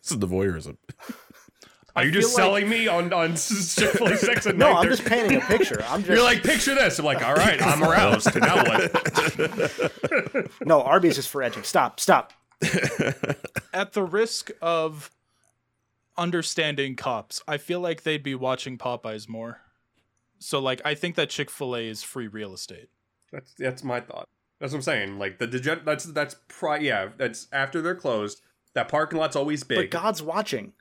This is the voyeurism. Are you just feel like- selling me on on Chick Fil A sex at 9:30? No, I'm just painting a picture. I'm just You're like, picture this. I'm like, all right, I'm aroused. Now what? no. Arby's is for edging. Stop, stop. at the risk of understanding cops, I feel like they'd be watching Popeyes more. So like I think that Chick-fil-A is free real estate. That's that's my thought. That's what I'm saying. Like the degen- that's that's pri- yeah, that's after they're closed. That parking lot's always But big. God's watching.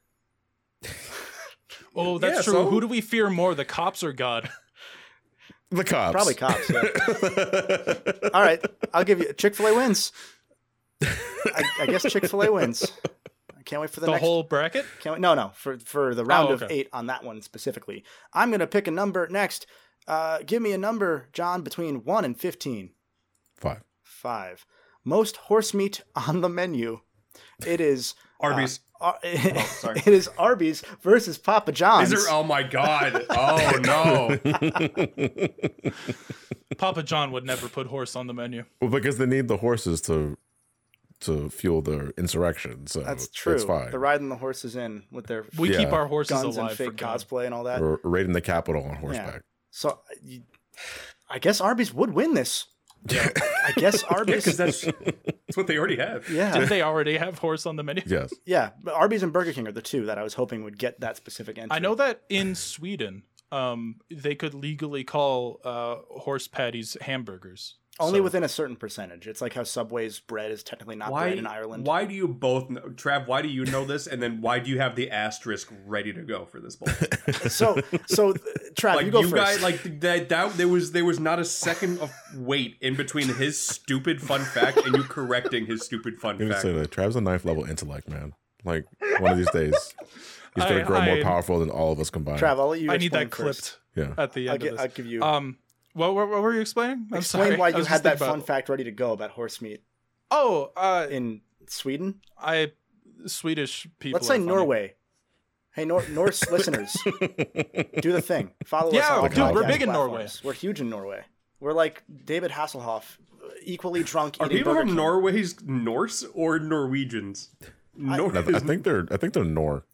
Oh, that's Yeah, true. so- Who do we fear more, the cops or God? The cops. Probably cops. yeah. All right, I'll give you Chick Fil A wins. I, I guess Chick Fil A wins. I can't wait for the, the next. whole bracket. Can't wait. No, no, for for the round of okay. eight on that one specifically. I'm gonna pick a number next. Uh, give me a number, John, between one and fifteen. Five. Five. Most horse meat on the menu. It is. Arby's. Ar- Oh, sorry. it is Arby's versus Papa John's. Is there? Oh my god! Oh no! Papa John would never put horse on the menu. Well, because they need the horses to to fuel their insurrection. So That's true. It's fine. They're riding the horses in with their We Yeah. keep our horses guns and alive for fake God. cosplay and all that. We're raiding the capital on horseback. So uh, you- I guess Arby's would win this. Yeah. I guess Arby's. Because that's that's what they already have. yeah, Did they already have horse on the menu? Yes. yeah. But Arby's and Burger King are the two that I was hoping would get that specific entry. I know that in Sweden, um, they could legally call uh, horse patties hamburgers. only So- within a certain percentage. It's like how Subway's bread is technically not Why bread in Ireland. Why do you both know, Trav? Why do you know this? And then why do you have the asterisk ready to go for this bowl? So, so uh, Trav, Like you you, go first. guys, like that, that there was there was not a second of wait in between his stupid fun fact and you correcting his stupid fun I'm gonna fact. say that Trav's a knife level intellect, man. Like one of these days, he's gonna I- grow I- more powerful than all of us combined. Trav, I'll let you. I need explain that first. clipped yeah. at the I'll, end gi- of I'll this. give you. Um, what, what, what were you explaining? I'm explain sorry. why I you was had just that thinking fun about- fact ready to go about horse meat Oh, uh, in Sweden. I Swedish people. Let's say are funny. Norway. Hey, Nor- Norse listeners, do the thing. Follow us. Yeah, on all dude, we're podcast big in platforms. Norway. We're huge in Norway. We're like David Hasselhoff, equally drunk. Are eating people Burger from King. Norway's Norse or Norwegians? I, Nor- I think they're I think they're Nor.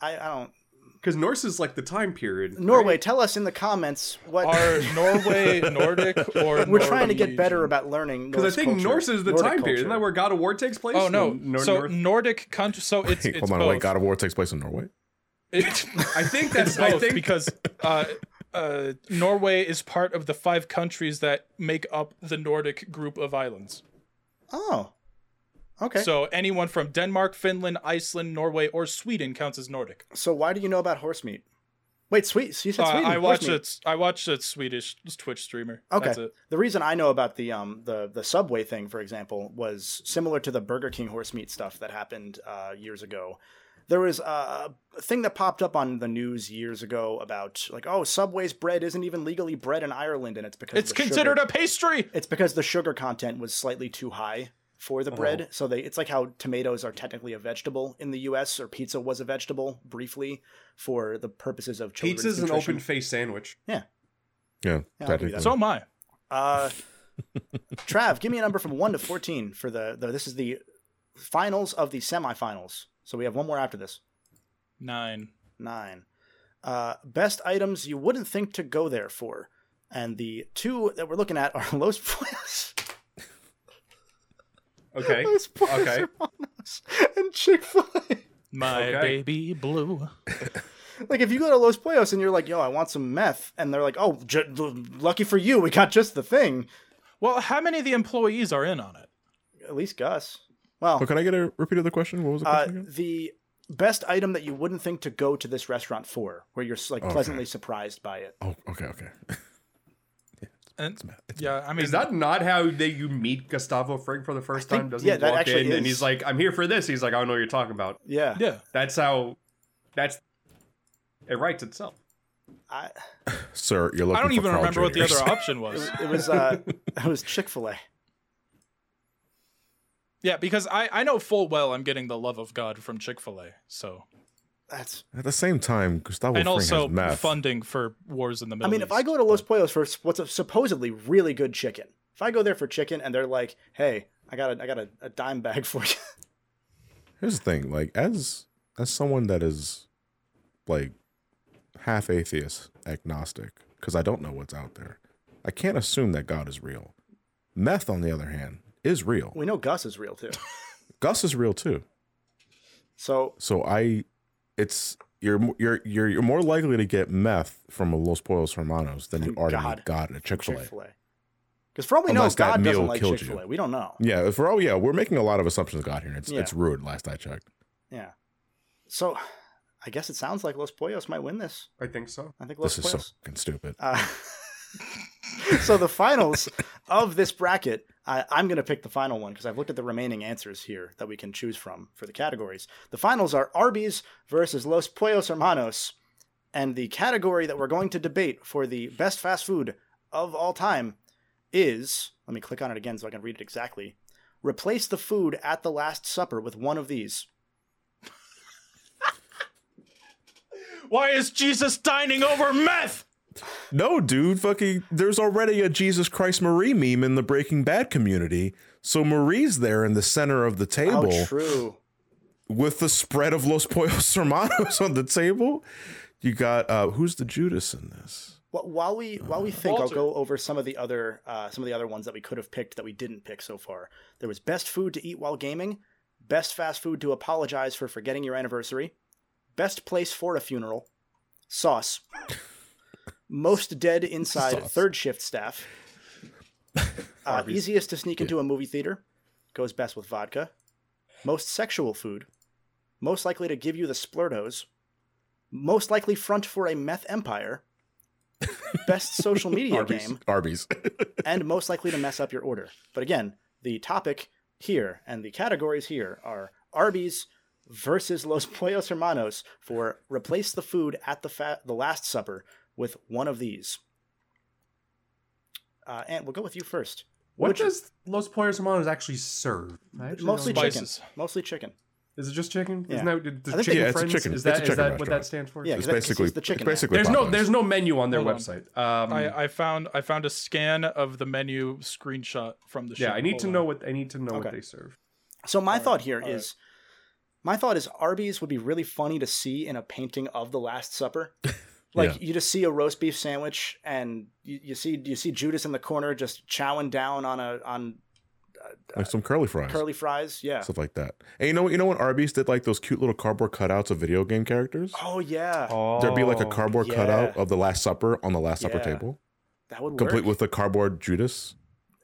I, I don't. Because Norse is like the time period. Norway, right? tell us in the comments what. Are Norway Nordic or we're trying to get better about learning. Because Norse I think culture, Norse is the Nordic time period. Isn't culture. that where God of War takes place? Oh no! Nor- so North- Nordic country. So it's, Wait, it's hold on, both. wait. God of War takes place in Norway. It- I think that's. I both think because uh, uh, Norway is part of the five countries that make up the Nordic group of islands. Oh. Okay. So, So anyone from Denmark, Finland, Iceland, Norway, or Sweden counts as Nordic. why do you know about horse meat? Wait, sweet. You said Uh, Sweden. I horse watch meat. it. I watch a Swedish Twitch streamer. Okay. That's it. The reason I know about the um the the subway thing, for example, was similar to the Burger King horse meat stuff that happened uh, years ago. There was uh, a thing that popped up on the news years ago about like, oh, Subway's bread isn't even legally bread in Ireland, and it's because It's of the considered sugar. a pastry. it's because the sugar content was slightly too high for the bread. Oh. So they it's like how tomatoes are technically a vegetable in the U.S. or pizza was a vegetable briefly for the purposes of children's pizza's an nutrition. open face sandwich. Yeah, Yeah, I'll give you technically. that. So am I. Uh, Trav, give me a number from one to fourteen for the, the. This is the finals of the semifinals. So we have one more after this. Nine. Nine. Uh, best items you wouldn't think to go there for, and the two that we're looking at are Los Pollos, Okay. Los Pollos Okay. Hermanos, and Chick Fil A. My Okay. baby blue. Like if you go to Los Pollos and you're like, "Yo, I want some meth," and they're like, "Oh, j- lucky for you, we got just the thing." Well, how many of the employees are in on it? At least Gus. Well, Oh, can I get a repeat of the question? What was the Uh, question? again? the best item that you wouldn't think to go to this restaurant for, where you're like Okay. pleasantly surprised by it. Oh, okay, okay. And yeah, I mean, Is that not how they you meet Gustavo Fring for the first think- time? Doesn't yeah, he that walk actually in and is. he's like, "I'm here for this." He's like, "I don't know what you're talking about." Yeah, yeah? That's how. That's it writes itself. I, Sir, you're looking. I don't for even Carl remember what the Jr.'s. other option was. it was uh, it was Chick Fil A. yeah, because I I know full well I'm getting the love of God from Chick Fil A. So That's. At the same time, Gustavo and Fring also has meth. funding for wars in the I Middle. mean, if I East. go to Los Pollos for what's a supposedly really good chicken, if I go there for chicken and they're like, "Hey, I got a I got a, a dime bag for you," Here's the thing, like as as someone that is like half atheist, agnostic, because I don't know what's out there, I can't assume that God is real. Meth, on the other hand, is real. we know Gus is real too. Gus is real too. So So I, it's you're mo- you're you're you're more likely to get meth from a Los Pollos Hermanos than you Than are God. to meet God at Chick Chick Fil A. Fil A, because for all we know, Unless that God doesn't meal like killed you. Chick Fil A. We don't know. Yeah, for oh yeah, we're making a lot of assumptions, God here. and It's Yeah. it's rude. Last I checked. Yeah. So, I guess it sounds like Los Pollos might win this. I think so. I think Los this is so Pollos. fucking stupid. Uh, so the finals of this bracket, I, I'm going to pick the final one because I've looked at the remaining answers here that we can choose from for the categories. The finals are Arby's versus Los Pollos Hermanos. And the category that we're going to debate for the best fast food of all time is let me click on it again so I can read it exactly. Replace the food at the Last Supper with one of these. Why is Jesus dining over meth? No, dude, fucking. There's already a Jesus Christ Marie meme in the Breaking Bad community, so Marie's there in the center of the table How true. with the spread of Los Pollos Hermanos on the table. You got uh, who's the Judas in this? Wh- While we while we think, Walter. I'll go over some of the other uh, some of the other ones that we could have picked that we didn't pick so far. There was best food to eat while gaming, best fast food to apologize for forgetting your anniversary, best place for a funeral, sauce, most dead inside Sauce. third shift staff, uh, easiest to sneak into a movie theater, goes best with vodka, most sexual food, most likely to give you the splurtos, most likely front for a meth empire, best social media Arby's. game, Arby's. and most likely to mess up your order. But again, the topic here and the categories here are Arby's versus Los Pollos Hermanos for replace the food at the fa- the Last Supper with one of these. Uh, and we'll go with you first. What Which- does Los Pollos Hermanos actually serve? I actually Mostly don't know. chicken. Spices. Mostly chicken. Is it just chicken? Yeah. Isn't that did- does I think they- chicken Yeah, it's a friends? chicken- Is it's a that, is chicken that what restaurant. that stands for? Yeah, It's 'cause that- 'cause basically- it's the chicken. it's basically- There's no Popeyes. there's no menu on their Hold on. website. Um, I, I found I found a scan of the menu screenshot from the show. yeah, I need Hold to on. know what I need to know what Okay. they serve. So my All right, thought here is, all right. my thought is Arby's would be really funny to see in a painting of the Last Supper. Like Yeah. you just see a roast beef sandwich, and you, you see you see Judas in the corner just chowing down on a on like some curly fries, curly fries. Yeah. stuff like that. And you know what? You know when Arby's did like those cute little cardboard cutouts of video game characters. oh yeah, Oh, There'd be like a cardboard yeah. cutout of the Last Supper on the Last Supper Yeah. table, that would complete work. with a cardboard Judas.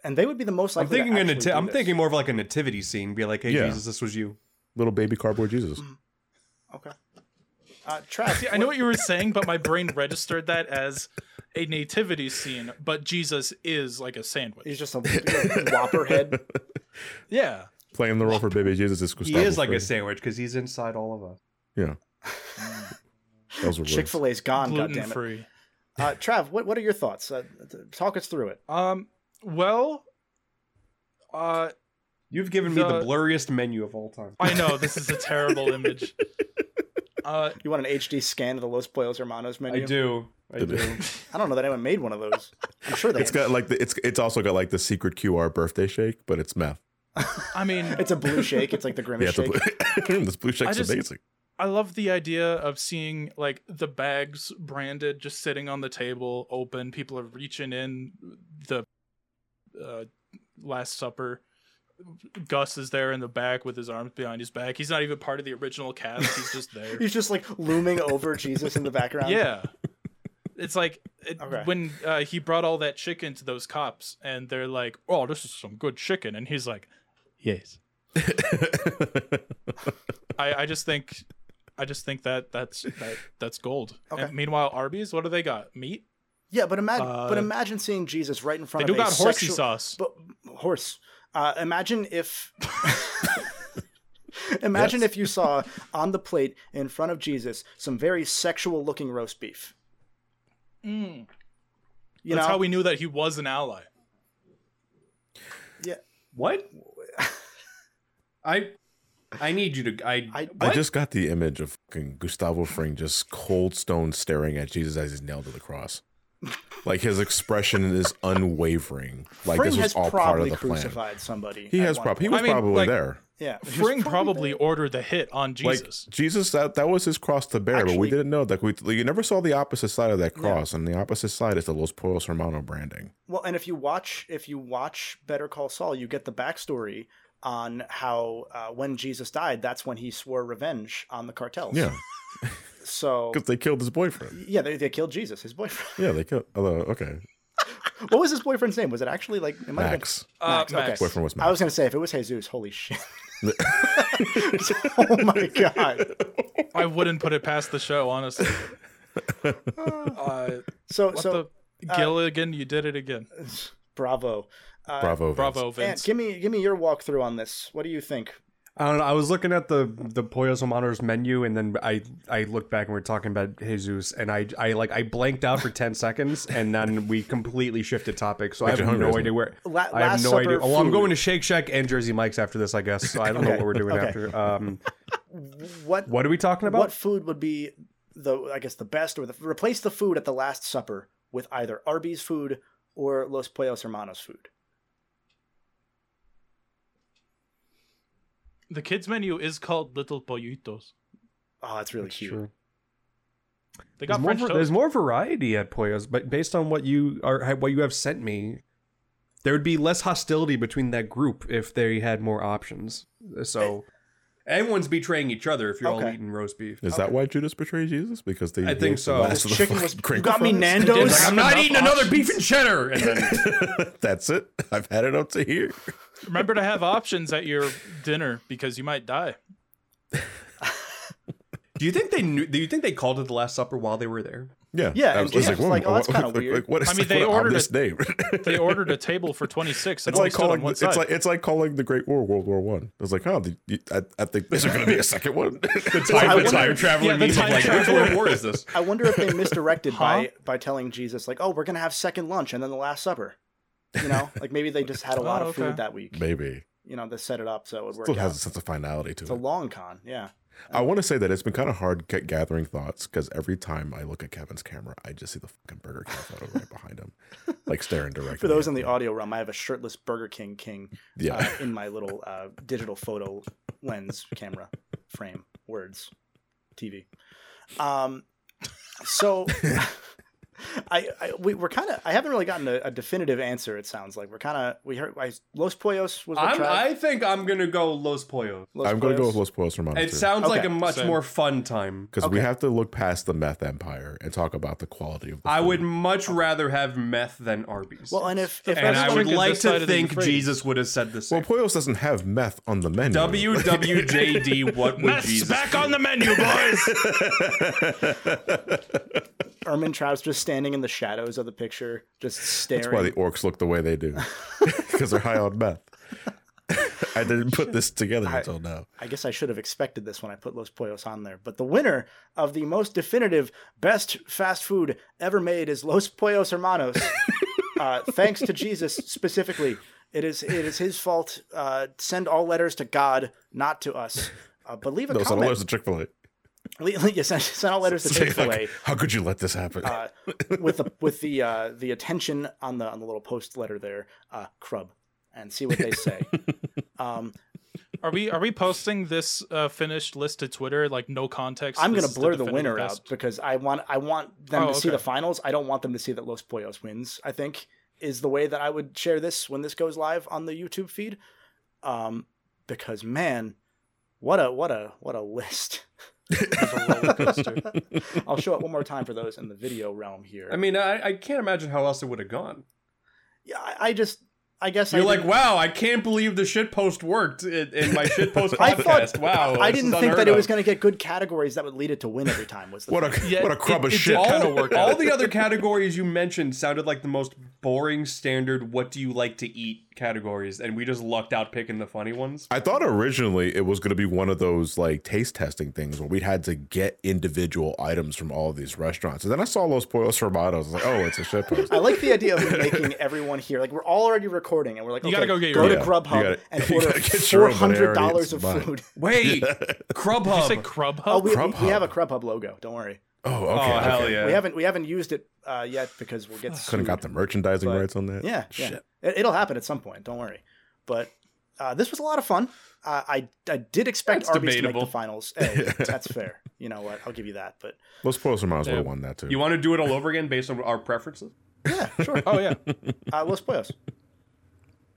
and they would be the most I'm likely. thinking to a actually nati- do I'm this. thinking more of like a nativity scene. Be like, hey Yeah. Jesus, this was you. little baby cardboard Jesus. Okay. Uh, Trav, See, I know what you were saying, but my brain registered that as a nativity scene, but Jesus is like a sandwich. he's just a whopper head. Yeah. Playing the role for baby Jesus is He Gustavo. is like a Fring. sandwich because he's inside all of us. Yeah. Those were words. Chick Fil A's gone. Gluten Goddamn it. free. Uh, Trav, what what are your thoughts? Uh, th- talk us through it. Um well uh You've given me The- the blurriest menu of all time. I know this is a terrible image. Uh You want an HD scan of the Los Pollos Hermanos I menu? do. I Did do. it. I don't know that anyone made one of those. I'm sure they. It's got like the, it's it's also got like the secret QR birthday shake, but it's meth. I mean It's a blue shake. It's like the Grimace Yeah, it's a shake. blue, this blue shake's I just- amazing. I love the idea of seeing like the bags branded just sitting on the table open. People are reaching in the uh, Last Supper. Gus is there in the back with his arms behind his back. He's not even part of the original cast. He's just there. He's just like looming over Jesus in the background. yeah. It's like it, Okay. when uh, he brought all that chicken to those cops, and they're like, "Oh, this is some good chicken," and he's like, "Yes." I, I just think, I just think that that's that, that's gold. Okay. And meanwhile, Arby's, what do they got? Meat. Yeah, but imagine, Uh, but imagine seeing Jesus right in They front do of a got horsey sexual- sauce. But horse. Uh, imagine if. imagine if you saw on the plate in front of Jesus some very sexual looking roast beef. Mm. You that's know. how we knew that he was an ally. yeah. What? I I need you to I, I- I what? just got the image of fucking Gustavo Fring just cold stone staring at Jesus as he's nailed to the cross. Like his expression is unwavering. Like Fring this was has all probably part of the crucified plan. somebody. He at has one probably he point. was I mean, probably like, there. Yeah. Fring probably ordered the hit on Like Jesus. Jesus, that, that was his cross to bear, but we Actually- didn't know. Like we, you never saw the opposite side of that cross, and the opposite side is the Los Pollos Hermano branding. Well, and if you watch if you watch Better Call Saul, you get the backstory on how uh, when Jesus died, that's when he swore revenge on the cartels. Yeah, So because they killed his boyfriend. yeah, they, they killed Jesus, his boyfriend. Yeah, they killed. Although, okay, what was his boyfriend's name? Was it actually like it might have been- Max Uh, Max, okay. Max. boyfriend was I was Max. gonna say if it was Jesus, holy shit. oh my god. I wouldn't put it past the show, honestly. uh, So what so the Gilligan, you did it again. bravo. Uh, Bravo. Vince. Bravo, And Vince. give me give me your walkthrough on this. What do you think? I don't know. I was looking at the the Pollos Hermanos menu, and then I I looked back and we are talking about Jesus, and I I like I blanked out for ten seconds, and then we completely shifted topic. So I have Makes you hungry, no isn't idea it? where. La- I have Last no Supper idea. Well, I'm food. going to Shake Shack and Jersey Mike's after this, I guess. So I don't know what we're doing Okay. after. Um, What what are we talking about? what food would be the I guess the best or the replace the food at the Last Supper with either Arby's food or Los Pollos Hermanos food? The kids menu is called Little Pollitos. Oh, that's really That's cute. true. They There's got more, French var- toast. there's more variety at Pollos, but based on what you are, what you have sent me, there would be less hostility between that group if they had more options. So everyone's betraying each other if you're all Okay. eating roast beef. Is that why Judas betrayed Jesus? Because they I he think ate the so. last of the Chicken was fucking crinkle you got me fries? Nando's. It's like, I'm not eating another beef and cheddar. And then That's it. I've had it up to here. Remember to have options at your dinner because you might die. do you think they knew? Do you think they called it the Last Supper while they were there? Yeah. Yeah, I and was Jesus like, was like, whoa, oh, that's what- kinda like, weird. like, what is I mean, the- they what an ordered ominous a- name? They ordered a table for 26 and It's only like stood on calling. one It's side. like it's like calling the Great War World War One. I. was like, oh, the, you- I, I think there's going to be a second one. I Time, wonder- time traveler yeah, the memes of time like, which traveler. world war is this? I wonder if they misdirected Huh? by by telling Jesus like, "Oh, we're gonna have second lunch and then the Last Supper." You know, like maybe they just had a lot Oh, of okay. food that week. Maybe You know, they set it up so it would work. still out. has a sense of finality It's a to it. long con, yeah. I want to say that it's been kind of hard g- gathering thoughts because every time I look at Kevin's camera, I just see the fucking Burger King photo right behind him, like staring directly. For those at in the me. audio realm, I have a shirtless Burger King king yeah, uh, in my little uh, digital photo lens camera frame words TV. Um, so I, I we, we're kind of I haven't really gotten a, a definitive answer. It sounds like we're kind of we heard I, Los Pollos was what I'm, tried. I think I'm gonna go Los Pollos. Los I'm going to go Pollos? with Los Pollos Hermanos. It sounds like Okay, a much same. more fun time. because okay. we have to look past the meth empire and talk about the quality of. The I food. would much rather have meth than Arby's. Well, and if if and That's I everyone- would because like this side to of the think Euphrates- Jesus would have said the Well, same. Pollos doesn't have meth on the menu. WWJD, what would Meth's Jesus? back on the menu, boys. Ermin Trout's just standing in the shadows of the picture, just staring. That's why the orcs look the way they do, because they're high on meth. I didn't put this together until now. I guess I should have expected this when I put Los Pollos on there. But the winner of the most definitive best fast food ever made is Los Pollos Hermanos. uh, thanks to Jesus specifically. It is it is his fault. Uh, send all letters to God, not to us. Uh, but leave a No, so comment. there's a Chick Fil A. Le- yeah, send, send all letters to Chick Fil A how could you let this happen? uh, with the with the uh, the attention on the on the little post letter there, uh, crub, and see what they say. Um, Are we are we posting this uh, finished list to Twitter? Like no context. I'm This gonna is blur the, definitive winner best? out because I want I want them Oh, to see the okay. finals. I don't want them to see that Los Pollos wins. I think is the way that I would share this when this goes live on the YouTube feed, um, because man, what a what a what a list! I'll show it one more time for those in the video realm here. I mean, I, I can't imagine how else it would have gone. yeah, I, I just I guess You're I like, didn't- wow, I can't believe the shit post worked in, in my shit post I podcast. thought wow, I this didn't is think that unheard it of. was going to get good categories that would lead it to win every time. Was the what thing. a Yeah, what a crub it- of it shit. did all, kinda work all out. the other categories you mentioned sounded like the most boring standard what do you like to eat categories and we just lucked out picking the funny ones I thought originally it was going to be one of those like taste testing things where we had to get individual items from all of these restaurants. And then I saw Los Pollos Hermanos. I was like, oh, it's a shit post. I like the idea of making everyone here like we're all already recording and we're like You okay, gotta go get go your to own. Grubhub Yeah, you gotta- and you order gotta get four your own, but I hundred already ate dollars some of mine. food. wait You Grubhub say Crubhub? Oh, we, we, Grubhub. we have a Grubhub logo. Don't worry, Oh, oh okay. hell okay. yeah we haven't we haven't used it uh, yet because we'll get Couldn't sued. got the merchandising But- rights on that. Yeah, yeah. Shit. It, it'll happen at some point. Don't worry. But uh, this was a lot of fun. Uh, I I did expect That's Arby's to debatable. make the finals. Hey, that's fair. You know what? I'll give you that. But Los Pollos Hermanos would Yeah. have won that too. you want to do it all over again based on our preferences yeah, sure. Oh yeah. Uh, Los Pollos.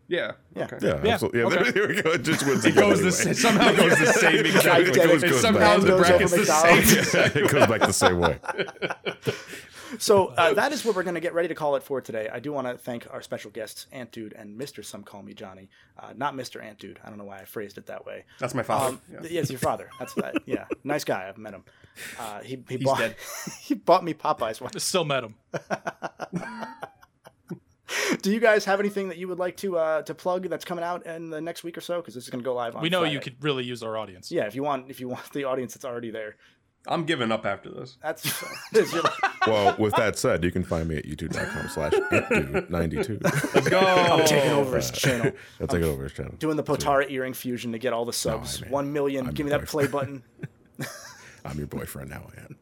yeah, Yeah. okay yeah, Yeah, absolutely. Yeah, okay. there we go. It just wins. it goes the sa- somehow goes the same exact Identical. way. It Goes somehow back. the Nando's bracket's over the same McDonald's. it goes back the same way. So uh, that is what we're going to get ready to call it for today. I do want to thank our special guests, Ant Dude and Mr. Some Call Me Johnny. Uh, not Mr. Ant Dude. I don't know why I phrased it that way. that's my father Um, Yeah. th- Yes, your father. That's that. Yeah, nice guy. I've met him. Uh, he he He's bought dead. he bought me Popeyes once. Still met him. Do you guys have anything that you would like to uh, to plug that's coming out in the next week or so? Because this is going to go live on. we know Friday. you could really use our audience. Yeah, if you want, if you want the audience that's already there, I'm giving up after this. that's. is your- Well, with that said, you can find me at youtube.com slash itdude92. Uh, Let's go. I'm taking Oh, over his channel, I'll take over his channel. doing the Potara earring fusion to get all the subs. I'm in. One million. I'm give me that in. play button. I'm your boyfriend now, I am.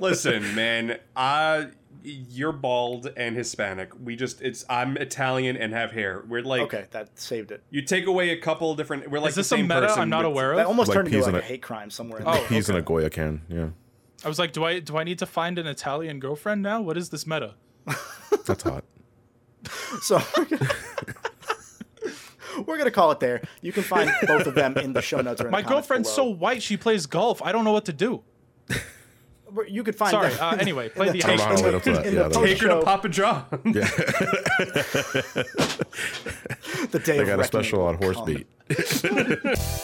Listen, man, I you're bald and Hispanic. We just it's I'm Italian and have hair. We're like Okay, that saved it. you take away a couple different. We're like Is this the a same meta person I'm not with- aware That of? almost Like turned into peas like in a a- hate crime somewhere. In Oh, there. He's okay. in a Goya can, yeah. I was like, do I do I need to find an Italian girlfriend now? What is this meta? That's hot. So we're gonna call it there. You can find both of them in the show notes. Or in My the comments girlfriend's so below. white she plays golf. I don't know what to do. You could find. Sorry. them Uh, in the- anyway, play the Hold on, outro. I'll wait up for that. in Yeah, the that was- Take her to Show. Papa John. Yeah, the day I of got a reckoning special will on horse come. beat.